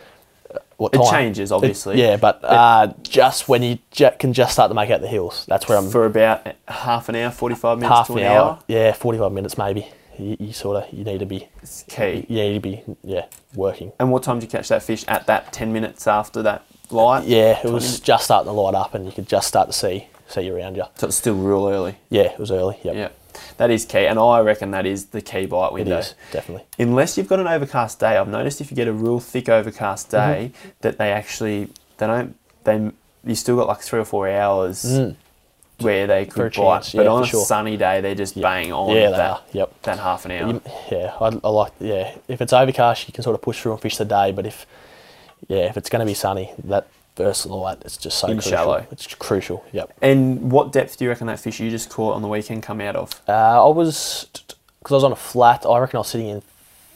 Speaker 2: what
Speaker 1: It
Speaker 2: time.
Speaker 1: changes,
Speaker 2: It-
Speaker 1: obviously.
Speaker 2: yeah, but uh, just when you ju- can just start to make out the hills, that's where I'm
Speaker 1: for about half an hour, 45 minutes
Speaker 2: Um, half
Speaker 1: to
Speaker 2: an
Speaker 1: an
Speaker 2: hour,
Speaker 1: hour.
Speaker 2: Yeah, forty-five minutes maybe. You, you sort of you need to be
Speaker 1: It's key.
Speaker 2: you need to be yeah working.
Speaker 1: And what time did you catch that fish at that 10 minutes after that light?
Speaker 2: Yeah, it was just starting to light up, and you could just start to see see around you.
Speaker 1: So it's still real early.
Speaker 2: Yeah, it was early. Yep.
Speaker 1: Yeah. That is key. And I reckon that is the key bite
Speaker 2: it
Speaker 1: window.
Speaker 2: is, definitely.
Speaker 1: Unless you've got an overcast day, I've noticed if you get a real thick overcast
Speaker 2: Mm-hmm.
Speaker 1: day, that they actually, they don't, they, you still got like three or four hours where they
Speaker 2: Mm. For a
Speaker 1: could bite.
Speaker 2: chance,
Speaker 1: but
Speaker 2: yeah,
Speaker 1: on
Speaker 2: for
Speaker 1: a
Speaker 2: sure.
Speaker 1: sunny day, they're just bang on
Speaker 2: Yeah, they
Speaker 1: that,
Speaker 2: are. Yep.
Speaker 1: that half an hour.
Speaker 2: You- yeah, I, I like. Yeah, if it's overcast, you can sort of push through and fish the day. But if yeah, if it's going to be sunny, that first light it's just so
Speaker 1: In
Speaker 2: crucial.
Speaker 1: shallow.
Speaker 2: It's crucial. Yep.
Speaker 1: And what depth do you reckon that fish you just caught on the weekend come out of?
Speaker 2: Uh, I was because I was on a flat. I reckon I was sitting in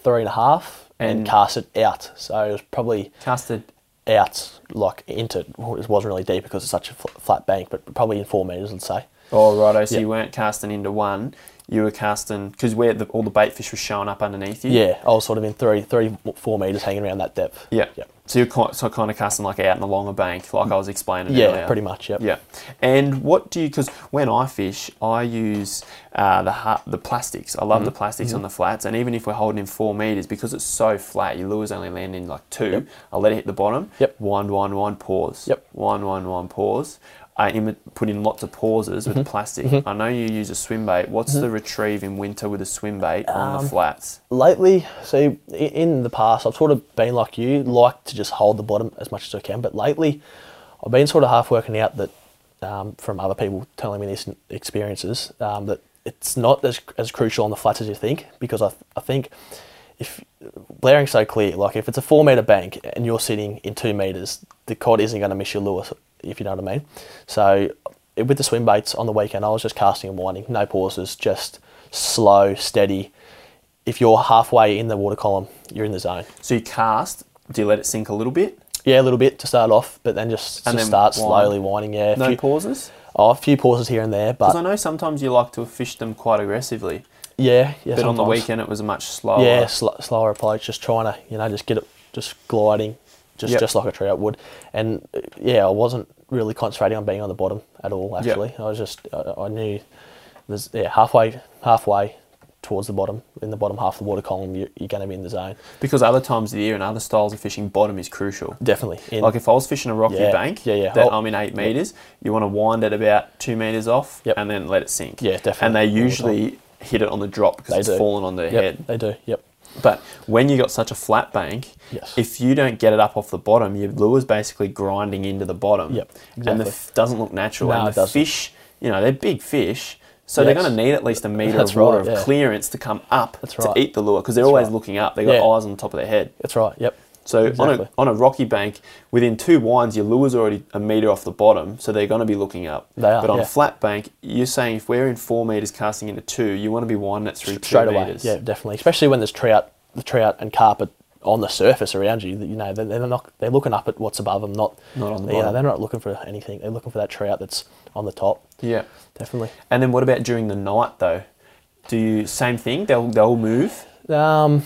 Speaker 2: three and a half and,
Speaker 1: And-
Speaker 2: cast it out. So it was probably
Speaker 1: Casted
Speaker 2: out like into. well, It wasn't really deep because it's such a fl- flat bank, but probably in four meters, I'd say.
Speaker 1: Oh, righto. So
Speaker 2: Yeah.
Speaker 1: you weren't casting into one. You were casting because where the, all the bait fish was showing up underneath you.
Speaker 2: Yeah, I was sort of in three, three, four meters, hanging around that depth.
Speaker 1: Yeah.
Speaker 2: Yeah.
Speaker 1: So you're kind, so kind of casting like out in the longer bank, like I was explaining.
Speaker 2: Yeah,
Speaker 1: earlier.
Speaker 2: pretty much. Yep.
Speaker 1: Yeah. And what do you? Because when I fish, I use uh, the ha- the plastics. I love the
Speaker 2: Mm-hmm.
Speaker 1: plastics on the flats, and even if we're holding in four meters, because it's so flat, your lure's only landing like two. I let it hit the bottom.
Speaker 2: Yep.
Speaker 1: Wind, wind, wind, pause.
Speaker 2: Yep.
Speaker 1: Wind, wind, wind, pause. I imi- put in lots of pauses
Speaker 2: Mm-hmm.
Speaker 1: with plastic. I know you use a swim bait. What's the retrieve in winter with a swim bait on
Speaker 2: Um,
Speaker 1: the flats?
Speaker 2: Lately, see, i- in the past, I've sort of been like you, like to just hold the bottom as much as I can. But lately, I've been sort of half working out that um, from other people telling me these n- experiences um, that it's not as, as crucial on the flats as you think because I, I think if blaring so clear, like if it's a four meter bank and you're sitting in two meters, the cod isn't going to miss your lure if you know what I mean. So it- with the swim baits on the weekend, I was just casting and winding, no pauses, just slow, steady if you're halfway in the water column, you're in the zone.
Speaker 1: So you cast. Do you let it sink a little bit?
Speaker 2: Yeah, a little bit to start off, but then just,
Speaker 1: And then
Speaker 2: just
Speaker 1: wind.
Speaker 2: start slowly winding. Yeah, a
Speaker 1: No
Speaker 2: few, Uh,
Speaker 1: pauses.
Speaker 2: oh, a few pauses here and there,
Speaker 1: Because I
Speaker 2: but
Speaker 1: know sometimes you like to fish them quite aggressively,
Speaker 2: yeah, yeah.
Speaker 1: but on the
Speaker 2: sometimes.
Speaker 1: weekend it was a much slower.
Speaker 2: yeah, sl- slower approach, just trying to you know just get it, just gliding, just
Speaker 1: Yep.
Speaker 2: just like a trout would. And uh, yeah, I wasn't really concentrating on being on the bottom at all. Actually, I was just I, I knew there's yeah halfway halfway towards the bottom in the bottom half of the water column, you're, you're going to be in the zone.
Speaker 1: Because other times of the year and other styles of fishing, bottom is crucial.
Speaker 2: Definitely. In,
Speaker 1: Like if I was fishing a rocky
Speaker 2: Yeah,
Speaker 1: bank
Speaker 2: yeah, yeah.
Speaker 1: that
Speaker 2: Oh,
Speaker 1: I'm in eight meters, you want to wind at about two meters off
Speaker 2: Yep.
Speaker 1: and then let it sink.
Speaker 2: Yeah, definitely.
Speaker 1: And they
Speaker 2: All the
Speaker 1: usually hit it on the drop because
Speaker 2: They
Speaker 1: it's
Speaker 2: do.
Speaker 1: fallen on their
Speaker 2: yep,
Speaker 1: head.
Speaker 2: they do. Yep.
Speaker 1: But when you got such a flat bank,
Speaker 2: Yes.
Speaker 1: if you don't get it up off the bottom, your lure's basically grinding into the bottom.
Speaker 2: Yep,
Speaker 1: And it
Speaker 2: exactly.
Speaker 1: f- doesn't look natural.
Speaker 2: No,
Speaker 1: and
Speaker 2: it
Speaker 1: the
Speaker 2: doesn't.
Speaker 1: fish, you know, they're big fish. So they're
Speaker 2: Yes.
Speaker 1: going to need at least a metre
Speaker 2: That's
Speaker 1: of water
Speaker 2: right,
Speaker 1: of
Speaker 2: yeah.
Speaker 1: clearance to come up
Speaker 2: That's
Speaker 1: to
Speaker 2: right.
Speaker 1: eat the lure because they're
Speaker 2: That's
Speaker 1: always
Speaker 2: right.
Speaker 1: looking up. They've got
Speaker 2: Yeah.
Speaker 1: eyes on top of their head.
Speaker 2: That's right. Yep.
Speaker 1: So on,
Speaker 2: Exactly.
Speaker 1: a, on a rocky bank, within two winds, your lure's already a metre off the bottom, so they're going to be looking up.
Speaker 2: They are,
Speaker 1: but on a
Speaker 2: yeah.
Speaker 1: flat bank, you're saying if we're in four metres casting into two, you want to be winding it through two
Speaker 2: straight away.
Speaker 1: metres.
Speaker 2: Yeah, definitely. Especially when there's trout, the trout and carpet on the surface around you. You know, they're, they're not they're looking up at what's above them, not
Speaker 1: Not on the
Speaker 2: you know,
Speaker 1: bottom.
Speaker 2: they're not looking for anything. They're looking for that trout that's on the top.
Speaker 1: Yeah.
Speaker 2: Definitely.
Speaker 1: And then what about during the night though? Do you same thing? They'll they'll move.
Speaker 2: Um,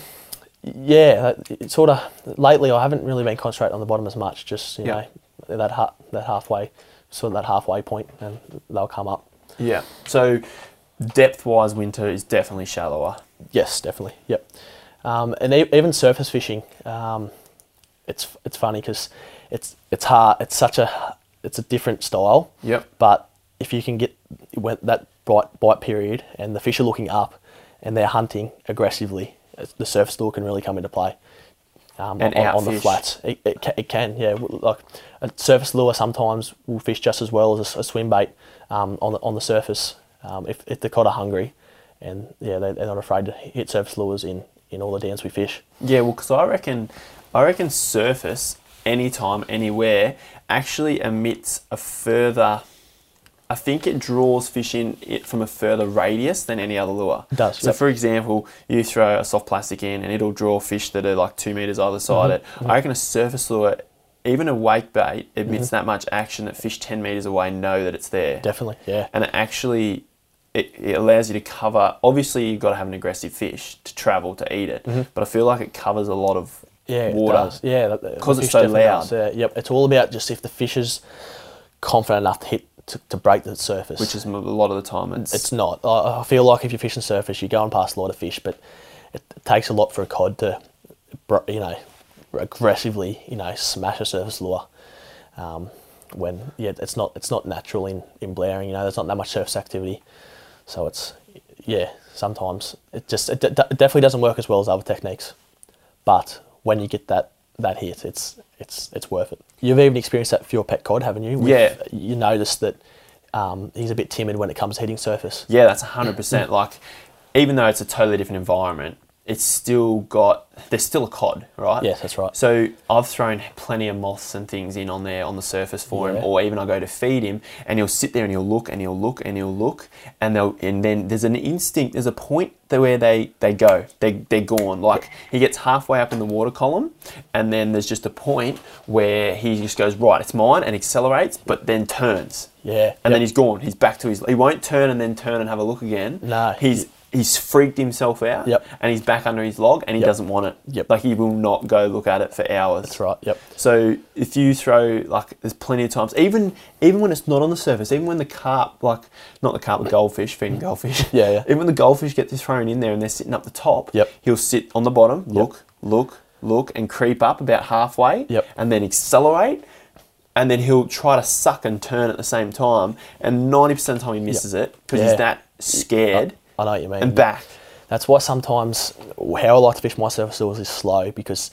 Speaker 2: yeah, that- it's sort of. Lately, I haven't really been concentrating on the bottom as much. Just you
Speaker 1: Yeah.
Speaker 2: know that ha- that halfway, sort of that halfway point, and they'll come up.
Speaker 1: Yeah. So depth wise, winter is definitely shallower.
Speaker 2: Yes, definitely. Yep. Um, and e- even surface fishing, um, it's it's funny because it's it's hard. It's such a it's a different style.
Speaker 1: Yep.
Speaker 2: But if you can get when that bite bite period and the fish are looking up and they're hunting aggressively, it's- the surface lure can really come into play. Um,
Speaker 1: And
Speaker 2: on, on the
Speaker 1: outfish.
Speaker 2: flats, it, it, ca- it can yeah. w- Like a surface lure sometimes will fish just as well as a s- a, swim bait um, on the on the surface um, if if the cod are hungry, and yeah, they, they're not afraid to hit surface lures in in all the dams we fish.
Speaker 1: Yeah. Well, because I reckon, I reckon surface anytime, anywhere actually emits a further. I think it draws fish in it from a further radius than any other lure.
Speaker 2: It does,
Speaker 1: So,
Speaker 2: yep.
Speaker 1: for example, you throw a soft plastic in and it'll draw fish that are like two meters either side it.
Speaker 2: Mm-hmm.
Speaker 1: I reckon a surface lure, even a wake bait, emits
Speaker 2: Mm-hmm.
Speaker 1: that much action that fish 10 meters away know that it's there.
Speaker 2: Definitely, yeah.
Speaker 1: And it actually it, it allows you to cover. Obviously, you've got to have an aggressive fish to travel to eat it, but I feel like it covers a lot of
Speaker 2: Mm-hmm. yeah, it
Speaker 1: water.
Speaker 2: does. Yeah, that- that-
Speaker 1: 'Cause
Speaker 2: the
Speaker 1: it's
Speaker 2: fish
Speaker 1: so
Speaker 2: definitely
Speaker 1: loud.
Speaker 2: does, Yeah, yep. It's all about just if the fish is confident enough to hit to, to break the surface.
Speaker 1: Which is a lot of the time it's,
Speaker 2: it's not. I, I feel like if you're fishing surface, you're going past a lot of fish, but it, it takes a lot for a cod to, br- you know, aggressively, you know, smash a surface lure. Um, when yeah, it's not it's not natural in in blaring. You know, there's not that much surface activity, so it's yeah. Sometimes it just it, d- d- it definitely doesn't work as well as other techniques, but when you get that that hit, it's it's it's worth it. You've even experienced that for your pet cod, haven't you? With-
Speaker 1: Yeah.
Speaker 2: You notice that um, he's a bit timid when it comes to hitting surface.
Speaker 1: Yeah, that's 100%. like, even though it's a totally different environment, it's still got, there's still a cod, right?
Speaker 2: Yes, that's right.
Speaker 1: So I've thrown plenty of moths and things in on there on the surface for
Speaker 2: Yeah.
Speaker 1: him, or even I go to feed him and he'll sit there and he'll look and he'll look and he'll look and they'll, and then there's an instinct, there's a point that where they, they go, they, they're gone. Like he gets halfway up in the water column and then there's just a point where he just goes, right, it's mine and accelerates, but then turns.
Speaker 2: Yeah.
Speaker 1: And
Speaker 2: Yep.
Speaker 1: then he's gone. He's back to his. He won't turn and then turn and have a look again.
Speaker 2: No.
Speaker 1: He's he's freaked himself out.
Speaker 2: Yep.
Speaker 1: And he's back under his log and he
Speaker 2: Yep.
Speaker 1: doesn't want it.
Speaker 2: Yep.
Speaker 1: Like he will not go look at it for hours.
Speaker 2: That's right. Yep.
Speaker 1: So if you throw like there's plenty of times, even even when it's not on the surface, even when the carp like not the carp, the goldfish feeding goldfish.
Speaker 2: Yeah, yeah.
Speaker 1: Even when the goldfish gets thrown in there and they're sitting up the top.
Speaker 2: Yep.
Speaker 1: He'll sit on the bottom, look, look, look, and creep up about halfway.
Speaker 2: Yep.
Speaker 1: And then accelerate. And then he'll try to suck and turn at the same time. And ninety percent of the time he misses it because
Speaker 2: Yeah.
Speaker 1: he's that scared
Speaker 2: I know what you mean.
Speaker 1: and back.
Speaker 2: That's why sometimes how I like to fish my surface lures is slow because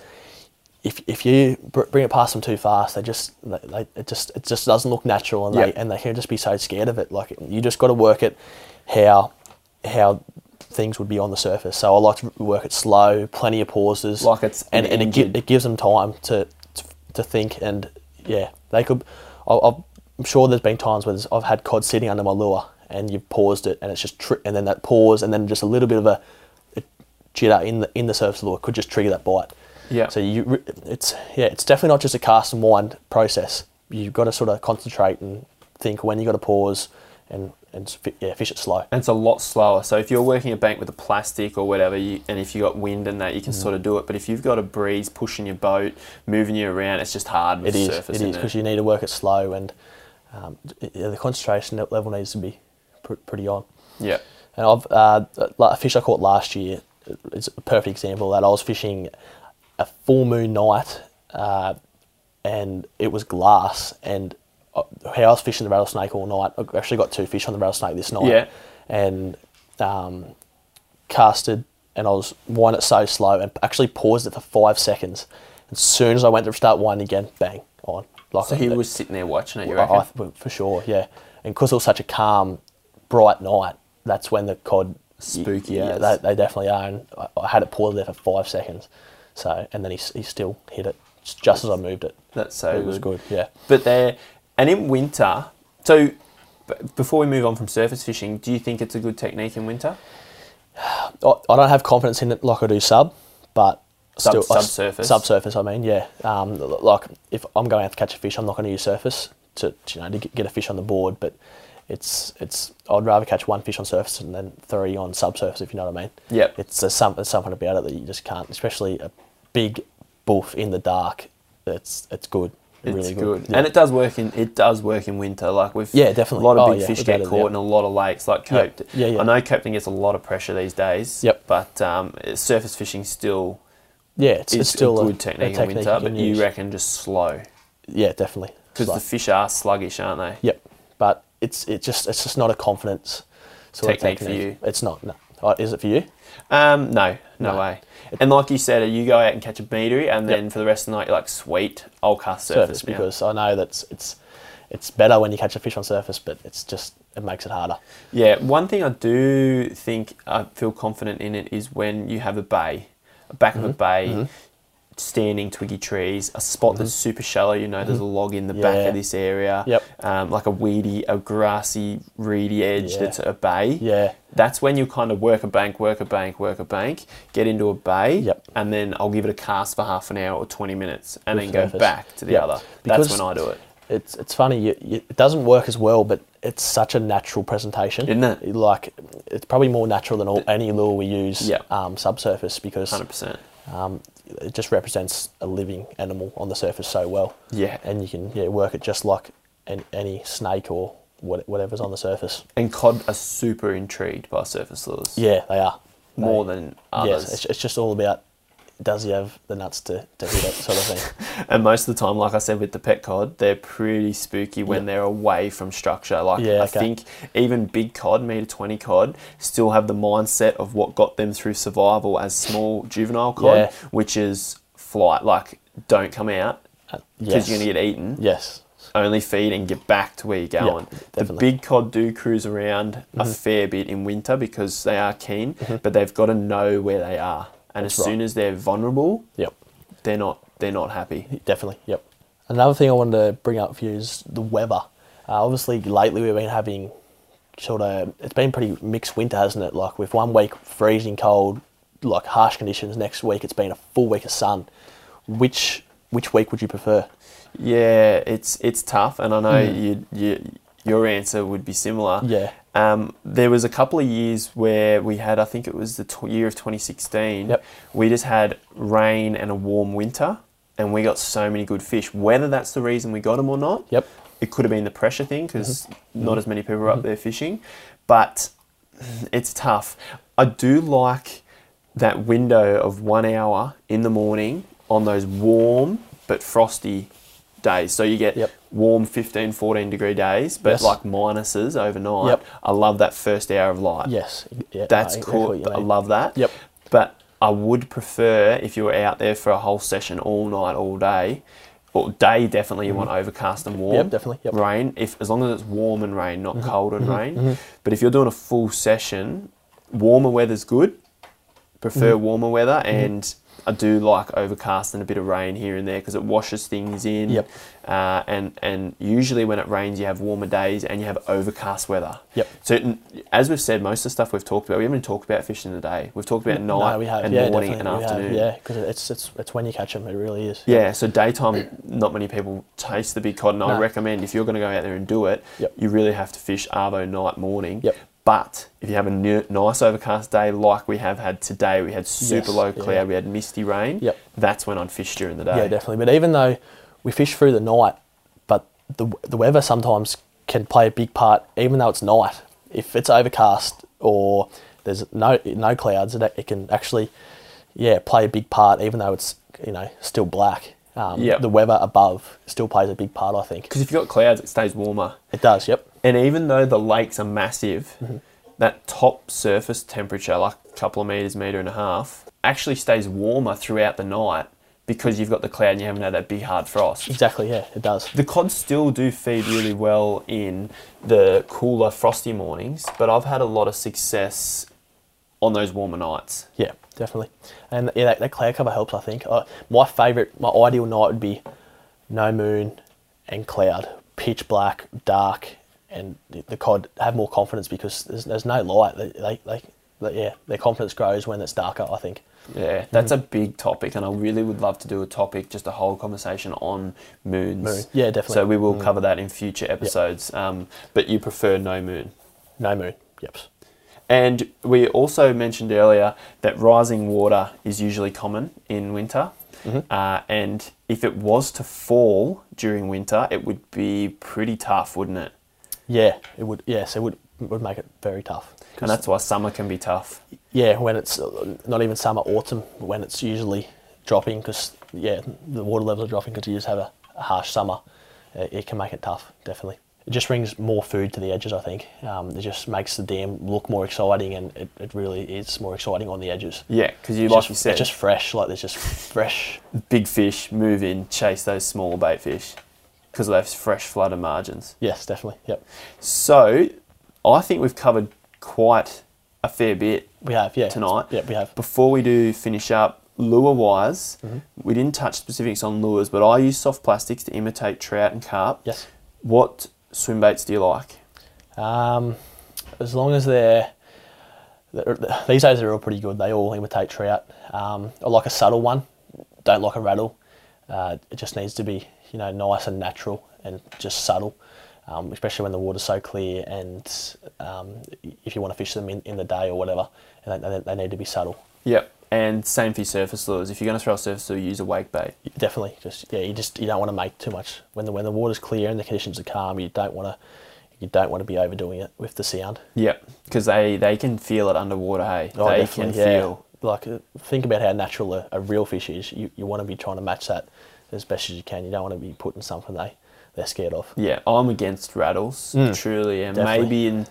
Speaker 2: if, if you br- bring it past them too fast, they just they, they, it just it just doesn't look natural, and
Speaker 1: Yep.
Speaker 2: they and they can just be so scared of it. Like you just got to work it how how things would be on the surface. So I like to work it slow, plenty of pauses,
Speaker 1: Like it's
Speaker 2: and,
Speaker 1: an
Speaker 2: and it, gi-
Speaker 1: engine.
Speaker 2: it gives them time to to, to think and yeah, they could. I, I've- I'm sure there's been times where there's- I've had cod sitting under my lure and you've paused it and it's just tri- and then that pause and then just a little bit of a, a jitter in the in the surface lure could just trigger that bite.
Speaker 1: Yeah.
Speaker 2: So you, re- it's yeah, it's definitely not just a cast and wind process. You've got to sort of concentrate and think when you got to pause and and fi- yeah, fish it slow.
Speaker 1: and it's a lot slower. So if you're working a bank with a plastic or whatever, you, and if you got wind and that, you
Speaker 2: Mm.
Speaker 1: can sort of do it. But if you've got a breeze pushing your boat, moving you around, it's just hard with
Speaker 2: It
Speaker 1: the
Speaker 2: is,
Speaker 1: surface.
Speaker 2: it is because you need to work it slow and um, yeah, the concentration level needs to be pr- pretty on.
Speaker 1: yeah,
Speaker 2: And I've uh, a fish I caught last year is a perfect example of that I was fishing a full moon night, uh, and it was glass. And uh, how I was fishing the rattlesnake all night. I actually got two fish on the rattlesnake this night.
Speaker 1: Yeah.
Speaker 2: And um, casted, and I was winding it so slow, and actually paused it for five seconds. As soon as I went to start winding again, bang on. Like
Speaker 1: so he
Speaker 2: it-
Speaker 1: was sitting there watching it. You
Speaker 2: I-
Speaker 1: reckon?
Speaker 2: I, th- for sure, yeah. And because it was such a calm, bright night, that's when the cod
Speaker 1: Spooky as.
Speaker 2: Yeah, they, they definitely are. And I, I had it paused there for five seconds, so and then he, s- he still hit it s- just as I moved it.
Speaker 1: That's so
Speaker 2: it was good. Yeah,
Speaker 1: But they're and in winter. So b- before we move on from surface fishing, do you think it's a good technique in winter?
Speaker 2: I, I don't have confidence in it like I do sub, but
Speaker 1: Sub-
Speaker 2: still I s-
Speaker 1: subsurface.
Speaker 2: Subsurface, I mean, yeah. Um, l- like if I'm going out to catch a fish, I'm not going to use surface to to, you know to get- get a fish on the board, but. It's it's. I'd rather catch one fish on surface and then three on subsurface, if you know what I mean.
Speaker 1: Yep.
Speaker 2: It's there's, some, there's something about it that you just can't, especially a big boof in the dark. It's it's good.
Speaker 1: It's
Speaker 2: really
Speaker 1: good,
Speaker 2: good. Yeah.
Speaker 1: and it does work in it does work in winter. Like we've
Speaker 2: Yeah, definitely.
Speaker 1: a lot of
Speaker 2: Oh,
Speaker 1: big
Speaker 2: yeah,
Speaker 1: fish
Speaker 2: without
Speaker 1: get
Speaker 2: a
Speaker 1: caught
Speaker 2: doubt.
Speaker 1: in a lot of lakes like
Speaker 2: Yep.
Speaker 1: Coped.
Speaker 2: Yeah, yeah.
Speaker 1: I know Copton gets a lot of pressure these days.
Speaker 2: Yep.
Speaker 1: but um, surface fishing still
Speaker 2: yeah, it's,
Speaker 1: is
Speaker 2: it's still
Speaker 1: a good technique, in winter,
Speaker 2: you
Speaker 1: but
Speaker 2: can
Speaker 1: you
Speaker 2: use.
Speaker 1: reckon just slow
Speaker 2: Yeah, definitely.
Speaker 1: because
Speaker 2: Slow.
Speaker 1: the fish are sluggish, aren't they?
Speaker 2: Yep. But it's it just it's just not a confidence sort
Speaker 1: Technique
Speaker 2: of
Speaker 1: for
Speaker 2: technique. It's not. No. Oh, is it for you?
Speaker 1: Um, no, no,
Speaker 2: No.
Speaker 1: way. And like you said, you go out and catch a meadery, and
Speaker 2: Yep.
Speaker 1: then for the rest of the night, you're like, sweet, I'll cast surface,
Speaker 2: Surface,
Speaker 1: now.
Speaker 2: because I know that's it's it's better when you catch a fish on surface, but it's just it makes it harder.
Speaker 1: Yeah, one thing I do think I feel confident in it is when you have a bay, a back
Speaker 2: Mm-hmm.
Speaker 1: of a bay, standing twiggy trees, a spot that's super shallow. You know, there's a log in the back
Speaker 2: Mm-hmm. Yeah.
Speaker 1: of this area.
Speaker 2: Yep.
Speaker 1: Um, like a weedy, a grassy, reedy edge
Speaker 2: Yeah.
Speaker 1: that's a bay.
Speaker 2: Yeah.
Speaker 1: That's when you kind of work a bank, work a bank, work a bank, get into a bay,
Speaker 2: Yep.
Speaker 1: and then I'll give it a cast for half an hour or 20 minutes and
Speaker 2: With
Speaker 1: then go
Speaker 2: surface.
Speaker 1: back to the
Speaker 2: Yep.
Speaker 1: other.
Speaker 2: Because-
Speaker 1: that's when I do it.
Speaker 2: It's it's funny. You, you, it doesn't work as well, but it's such a natural presentation,
Speaker 1: Isn't it?
Speaker 2: Like it's probably more natural than all, any lure we use.
Speaker 1: Yeah.
Speaker 2: Um, subsurface because
Speaker 1: 100%.
Speaker 2: um, it just represents a living animal on the surface so well.
Speaker 1: Yeah.
Speaker 2: And you can yeah work it just like an, any snake or what, whatever's on the surface.
Speaker 1: And cod are super intrigued by surface lures.
Speaker 2: Yeah, they are
Speaker 1: More
Speaker 2: They-
Speaker 1: than
Speaker 2: Yes,
Speaker 1: others.
Speaker 2: it's, it's just all about does he have the nuts to, to hit it sort of thing.
Speaker 1: And most of the time, like I said with the pet cod, they're pretty spooky when
Speaker 2: Yeah.
Speaker 1: they're away from structure. Like
Speaker 2: Yeah,
Speaker 1: I
Speaker 2: okay.
Speaker 1: think even big cod, meter twenty cod, still have the mindset of what got them through survival as small juvenile cod,
Speaker 2: Yeah.
Speaker 1: which is flight. Like don't come out because
Speaker 2: Uh, yes.
Speaker 1: you're gonna get eaten.
Speaker 2: Yes.
Speaker 1: Only feed and get back to where you're going. the
Speaker 2: definitely. Mm-hmm.
Speaker 1: big cod do cruise around a fair bit in winter because they are keen, but they've got to know where they are. And
Speaker 2: That's
Speaker 1: as
Speaker 2: right.
Speaker 1: soon as they're vulnerable,
Speaker 2: Yep.
Speaker 1: they're not they're not happy.
Speaker 2: Definitely. Yep. Another thing I wanted to bring up for you is the weather. Uh, obviously, lately we've been having sort of it's been pretty mixed winter, hasn't it? Like with one week freezing cold, like harsh conditions. Next week it's been a full week of sun. Which which week would you prefer?
Speaker 1: Yeah, it's it's tough, and I know you, you your answer would be similar.
Speaker 2: Mm. Yeah.
Speaker 1: Um, there was a couple of years where we had, I think it was the tw- year of 2016.
Speaker 2: Yep.
Speaker 1: We just had rain and a warm winter, and we got so many good fish. Whether that's the reason we got them or not,
Speaker 2: Yep. Mm-hmm.
Speaker 1: it could have been the pressure thing because not as many people were up there fishing, but it's tough. I do like that window of one hour in the morning on those warm but frosty days. So you get
Speaker 2: Yep.
Speaker 1: warm 15, 14 degree days, but
Speaker 2: Yes.
Speaker 1: like minuses overnight.
Speaker 2: Yep.
Speaker 1: I love that first hour of light.
Speaker 2: Yes. Yeah,
Speaker 1: That's
Speaker 2: I- I get
Speaker 1: cool.
Speaker 2: what you
Speaker 1: I
Speaker 2: mean.
Speaker 1: love that.
Speaker 2: Yep.
Speaker 1: But I would prefer if you were out there for a whole session all night, all day, or day definitely you want overcast and warm.
Speaker 2: Mm-hmm. Yep, definitely, yep. Mm-hmm.
Speaker 1: Rain, if as long as it's warm and rain, not cold and rain. But if you're doing a full session, warmer weather's good. Prefer
Speaker 2: Mm-hmm.
Speaker 1: warmer weather and I do like overcast and a bit of rain here and there because it washes things in.
Speaker 2: Yep.
Speaker 1: Uh, and and usually when it rains, you have warmer days and you have overcast weather.
Speaker 2: Yep.
Speaker 1: So n- as we've said, most of the stuff we've talked about, we haven't talked about fishing today. We've talked about night
Speaker 2: No, we have.
Speaker 1: and
Speaker 2: yeah,
Speaker 1: morning and
Speaker 2: definitely we have.
Speaker 1: afternoon.
Speaker 2: Yeah, because it's it's it's when you catch them. It really is.
Speaker 1: Yeah, so daytime, not many people taste the big cod, and I
Speaker 2: No.
Speaker 1: recommend if you're going to go out there and do it,
Speaker 2: Yep.
Speaker 1: you really have to fish arvo night morning.
Speaker 2: Yep.
Speaker 1: But if you have a ne- nice overcast day like we have had today, we had super
Speaker 2: Yes,
Speaker 1: low
Speaker 2: yeah.
Speaker 1: cloud, we had misty rain.
Speaker 2: Yep.
Speaker 1: That's when I'd fish during the day.
Speaker 2: Yeah, definitely. But even though we fish through the night, but the the weather sometimes can play a big part. Even though it's night, if it's overcast or there's no no clouds, it, it can actually yeah play a big part. Even though it's you know still black, um,
Speaker 1: Yep.
Speaker 2: the weather above still plays a big part. I think
Speaker 1: Because if you've got clouds, it stays warmer.
Speaker 2: it does. Yep.
Speaker 1: And even though the lakes are massive,
Speaker 2: Mm-hmm.
Speaker 1: that top surface temperature, like a couple of meters, meter and a half, actually stays warmer throughout the night because you've got the cloud and you haven't had that big hard frost.
Speaker 2: Exactly. Yeah, it does.
Speaker 1: The cod still do feed really well in the cooler, frosty mornings, but I've had a lot of success on those warmer nights.
Speaker 2: Yeah, definitely. And yeah, that, that cloud cover helps. I think. Uh, my favorite, my ideal night would be no moon and cloud, pitch black, dark, and the, the cod have more confidence because there's, there's no light. They, they, they, they- yeah, their confidence grows when it's darker. I think.
Speaker 1: Yeah, that's
Speaker 2: Mm-hmm.
Speaker 1: a big topic, and I really would love to do a topic, just a whole conversation on moons.
Speaker 2: Moon. Yeah, definitely. Mm.
Speaker 1: So we will cover that in future episodes. Um, but you prefer no moon.
Speaker 2: No moon. Yep.
Speaker 1: And we also mentioned earlier that rising water is usually common in winter. Uh, and if it was to fall during winter, it would be pretty tough, wouldn't it?
Speaker 2: Yeah, it would. Yes, it would it would make it very tough.
Speaker 1: And that's why summer can be tough.
Speaker 2: Yeah, when it's uh, not even summer, autumn, when it's usually dropping because yeah, the water levels are dropping because you just have a, a harsh summer. uh, It, it can make it tough, definitely. It just brings more food to the edges, I think. Um, it just makes the dam look more exciting, and it, it really is more exciting on the edges.
Speaker 1: Yeah, because you
Speaker 2: It's
Speaker 1: like
Speaker 2: just,
Speaker 1: you said,
Speaker 2: it's just fresh. Like there's just fresh.
Speaker 1: big fish move in, chase those smaller bait fish because of those fresh flooded margins.
Speaker 2: Yes, definitely. Yep,
Speaker 1: So I think we've covered quite a fair bit
Speaker 2: we have. Yeah,
Speaker 1: tonight.
Speaker 2: Yep, we have. Mm-hmm.
Speaker 1: Before we do finish up, lure wise, we didn't touch specifics on lures, but I use soft plastics to imitate trout and carp.
Speaker 2: Yes.
Speaker 1: What swim baits do you like?
Speaker 2: Um, as long as they're, they're these days they're all pretty good. They all imitate trout. Um, I like a subtle one. Don't like a rattle. Uh, it just needs to be you know nice and natural and just subtle, um, especially when the water's so clear and um, if you want to fish them in, in the day or whatever, and they, they, they need to be subtle.
Speaker 1: Yep. And same for your surface lures. If you're going to throw a surface lure, use a wake bait.
Speaker 2: Definitely, just yeah, you just you don't want to make too much when the when the water's clear and the conditions are calm. You don't want to you don't want to be overdoing it with the sound.
Speaker 1: Yep, because they, they can feel it underwater, hey?
Speaker 2: Oh,
Speaker 1: they can
Speaker 2: definitely, yeah.
Speaker 1: feel.
Speaker 2: Like uh, think about how natural a, a real fish is. You you want to be trying to match that as best as you can. You don't want to be putting something they they're scared of.
Speaker 1: Yeah, I'm against rattles,
Speaker 2: Mm.
Speaker 1: truly. And
Speaker 2: Definitely.
Speaker 1: maybe in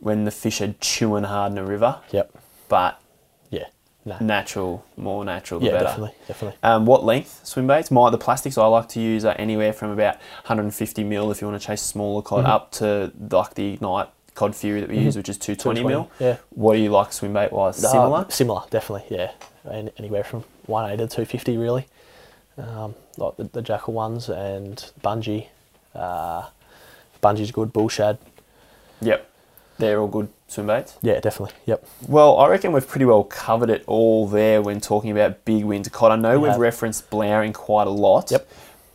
Speaker 1: when the fish are chewing hard in a river,
Speaker 2: Yep.
Speaker 1: but
Speaker 2: Yeah. No.
Speaker 1: natural, more natural, the
Speaker 2: yeah.
Speaker 1: better.
Speaker 2: Definitely. Definitely.
Speaker 1: Um, what length swim baits? My the plastics I like to use are anywhere from about 150 mil if you want to chase smaller cod
Speaker 2: Mm-hmm.
Speaker 1: up to like the ignite cod fury that we use, which is 220 mil.
Speaker 2: 220, Mm-hmm. yeah.
Speaker 1: What do you like swim bait wise?
Speaker 2: Uh,
Speaker 1: Similar.
Speaker 2: similar, definitely, yeah. And anywhere from 180 to 250, really. Um, like the, the Jackal ones and Bungee. Uh, Bungee's good, Bull Shad.
Speaker 1: Yep. They're all good swim baits.
Speaker 2: Yeah, definitely, yep.
Speaker 1: Well, I reckon we've pretty well covered it all there when talking about big winter cod. I know
Speaker 2: We
Speaker 1: we've
Speaker 2: have.
Speaker 1: referenced blowering quite a lot.
Speaker 2: Yep.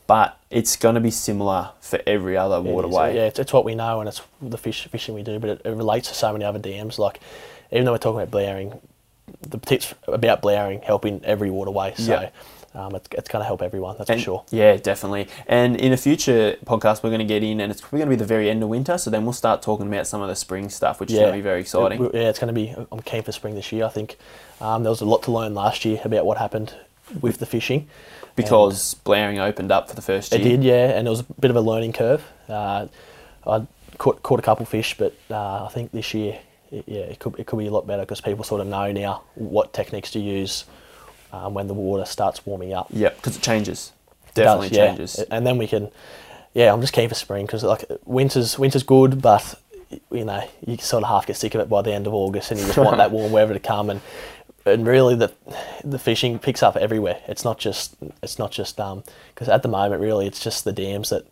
Speaker 1: But it's going to be similar for every other
Speaker 2: It is,
Speaker 1: waterway.
Speaker 2: yeah, it's, it's what we know and it's the fish fishing we do, but it, it relates to so many other dams. Like, even though we're talking about blaring, the tips about blaring help in every waterway, so
Speaker 1: Yeah.
Speaker 2: um, it's, it's going to help everyone, that's
Speaker 1: And-
Speaker 2: for sure.
Speaker 1: Yeah, definitely. And in a future podcast, we're going to get in, and it's probably going to be the very end of winter. So then we'll start talking about some of the spring stuff, which is going to be very exciting.
Speaker 2: It- yeah, it's going to be. I'm keen for spring this year. I think um, there was a lot to learn last year about what happened with the fishing
Speaker 1: because Blaring opened up for the first
Speaker 2: And
Speaker 1: year.
Speaker 2: it did, yeah, and it was a bit of a learning curve. Uh, I caught caught a couple fish, but uh, I think this year, it, yeah, it could it could be a lot better because people sort of know now what techniques to use um, when the water starts warming up.
Speaker 1: Yep, because it changes.
Speaker 2: It does,
Speaker 1: Definitely
Speaker 2: yeah.
Speaker 1: changes.
Speaker 2: And then we can, yeah, I'm just keen for spring because like winter's winter's good, but you know you sort of half get sick of it by the end of August, and you just want that warm weather to come. And and really the the fishing picks up everywhere. It's not just it's not just um because at the moment really it's just the dams that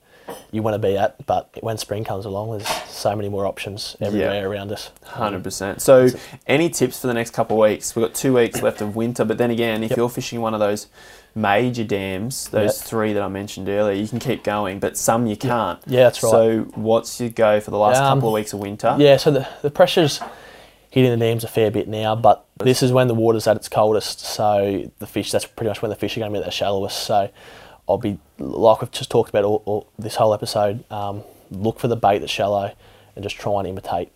Speaker 2: you want to be at. But when spring comes along, there's so many more options everywhere around us.
Speaker 1: Hundred percent. So, any tips for the next couple of weeks? We've got two weeks left of winter, but then again, if you're fishing one of those major dams, those
Speaker 2: Yeah.
Speaker 1: three that I mentioned earlier, you can keep going, but some you can't.
Speaker 2: Yeah, that's right.
Speaker 1: So, what's your go for the last
Speaker 2: Um,
Speaker 1: couple of weeks of winter?
Speaker 2: Yeah, so the, the pressure's hitting the dams a fair bit now, but this is when the water's at its coldest. So the fish, that's pretty much when the fish are going to be at their shallowest. So I'll be, like we've just talked about all, all, this whole episode, um, look for the bait that's shallow and just try and imitate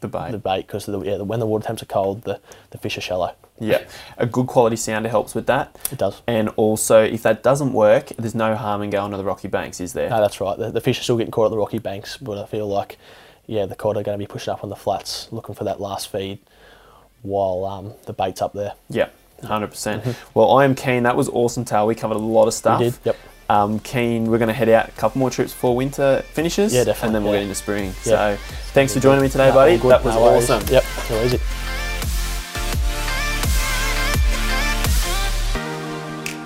Speaker 1: the bait.
Speaker 2: the bait because the, yeah, the, when the water temps are cold, the, the fish are shallow.
Speaker 1: Yeah, a good quality sounder helps with that.
Speaker 2: It does.
Speaker 1: And also, if that doesn't work, there's no harm in going to the Rocky Banks, is there?
Speaker 2: No, that's right. The, the fish are still getting caught at the rocky banks, but I feel like, yeah, the cod are going to be pushing up on the flats, looking for that last feed while um, the bait's up there.
Speaker 1: Yeah, 100%. percent Well, I am keen. That was awesome, Tal. We covered a lot of stuff.
Speaker 2: Mm-hmm. did, yep.
Speaker 1: Um, keen, we're going to head out a couple more trips before winter finishes.
Speaker 2: Yeah, definitely,
Speaker 1: And then we'll
Speaker 2: yeah.
Speaker 1: get into spring. So
Speaker 2: Yeah.
Speaker 1: thanks for joining me today,
Speaker 2: No,
Speaker 1: buddy.
Speaker 2: all good,
Speaker 1: That was
Speaker 2: no worries.
Speaker 1: awesome.
Speaker 2: Yep, no worries.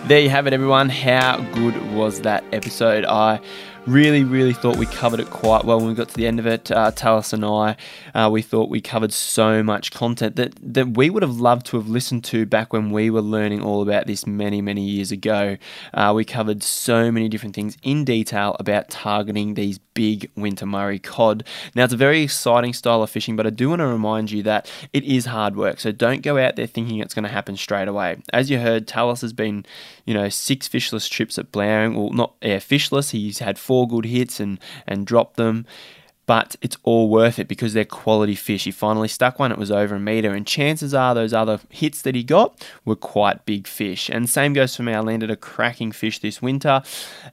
Speaker 1: There you have it, everyone. How good was that episode? I really, really thought we covered it quite well when we got to the end of it. Uh, Talis and I, uh, we thought we covered so much content that, that we would have loved to have listened to back when we were learning all about this many, many years ago. Uh, we covered so many different things in detail about targeting these big winter Murray cod. Now, it's a very exciting style of fishing, but I do want to remind you that it is hard work. So don't go out there thinking it's going to happen straight away. As you heard, Talis has been you know, six fishless trips at Blowering. Well, not yeah, fishless. He's had four good hits and and dropped them. But it's all worth it because they're quality fish. He finally stuck one, it was over a meter, and chances are those other hits that he got were quite big fish. And same goes for me. I landed a cracking fish this winter,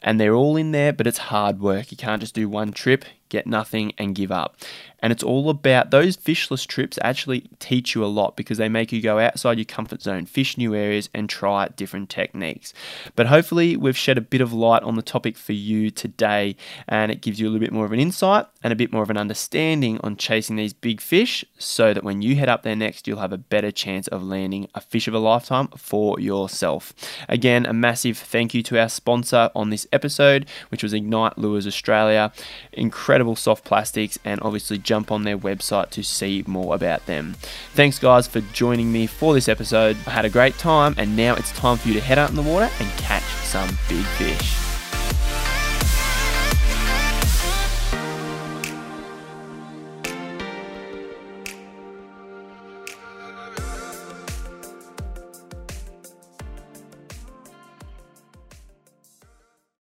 Speaker 1: and they're all in there, but it's hard work. You can't just do one trip, get nothing, and give up. And it's all about those fishless trips actually teach you a lot because they make you go outside your comfort zone, fish new areas, and try different techniques. But hopefully, we've shed a bit of light on the topic for you today, and it gives you a little bit more of an insight and a bit more of an understanding on chasing these big fish so that when you head up there next, you'll have a better chance of landing a fish of a lifetime for yourself. Again, a massive thank you to our sponsor on this episode, which was Ignite Lures Australia. Incredible soft plastics, and obviously jump on their website to see more about them. Thanks, guys, for joining me for this episode. I had a great time, and now it's time for you to head out in the water and catch some big fish.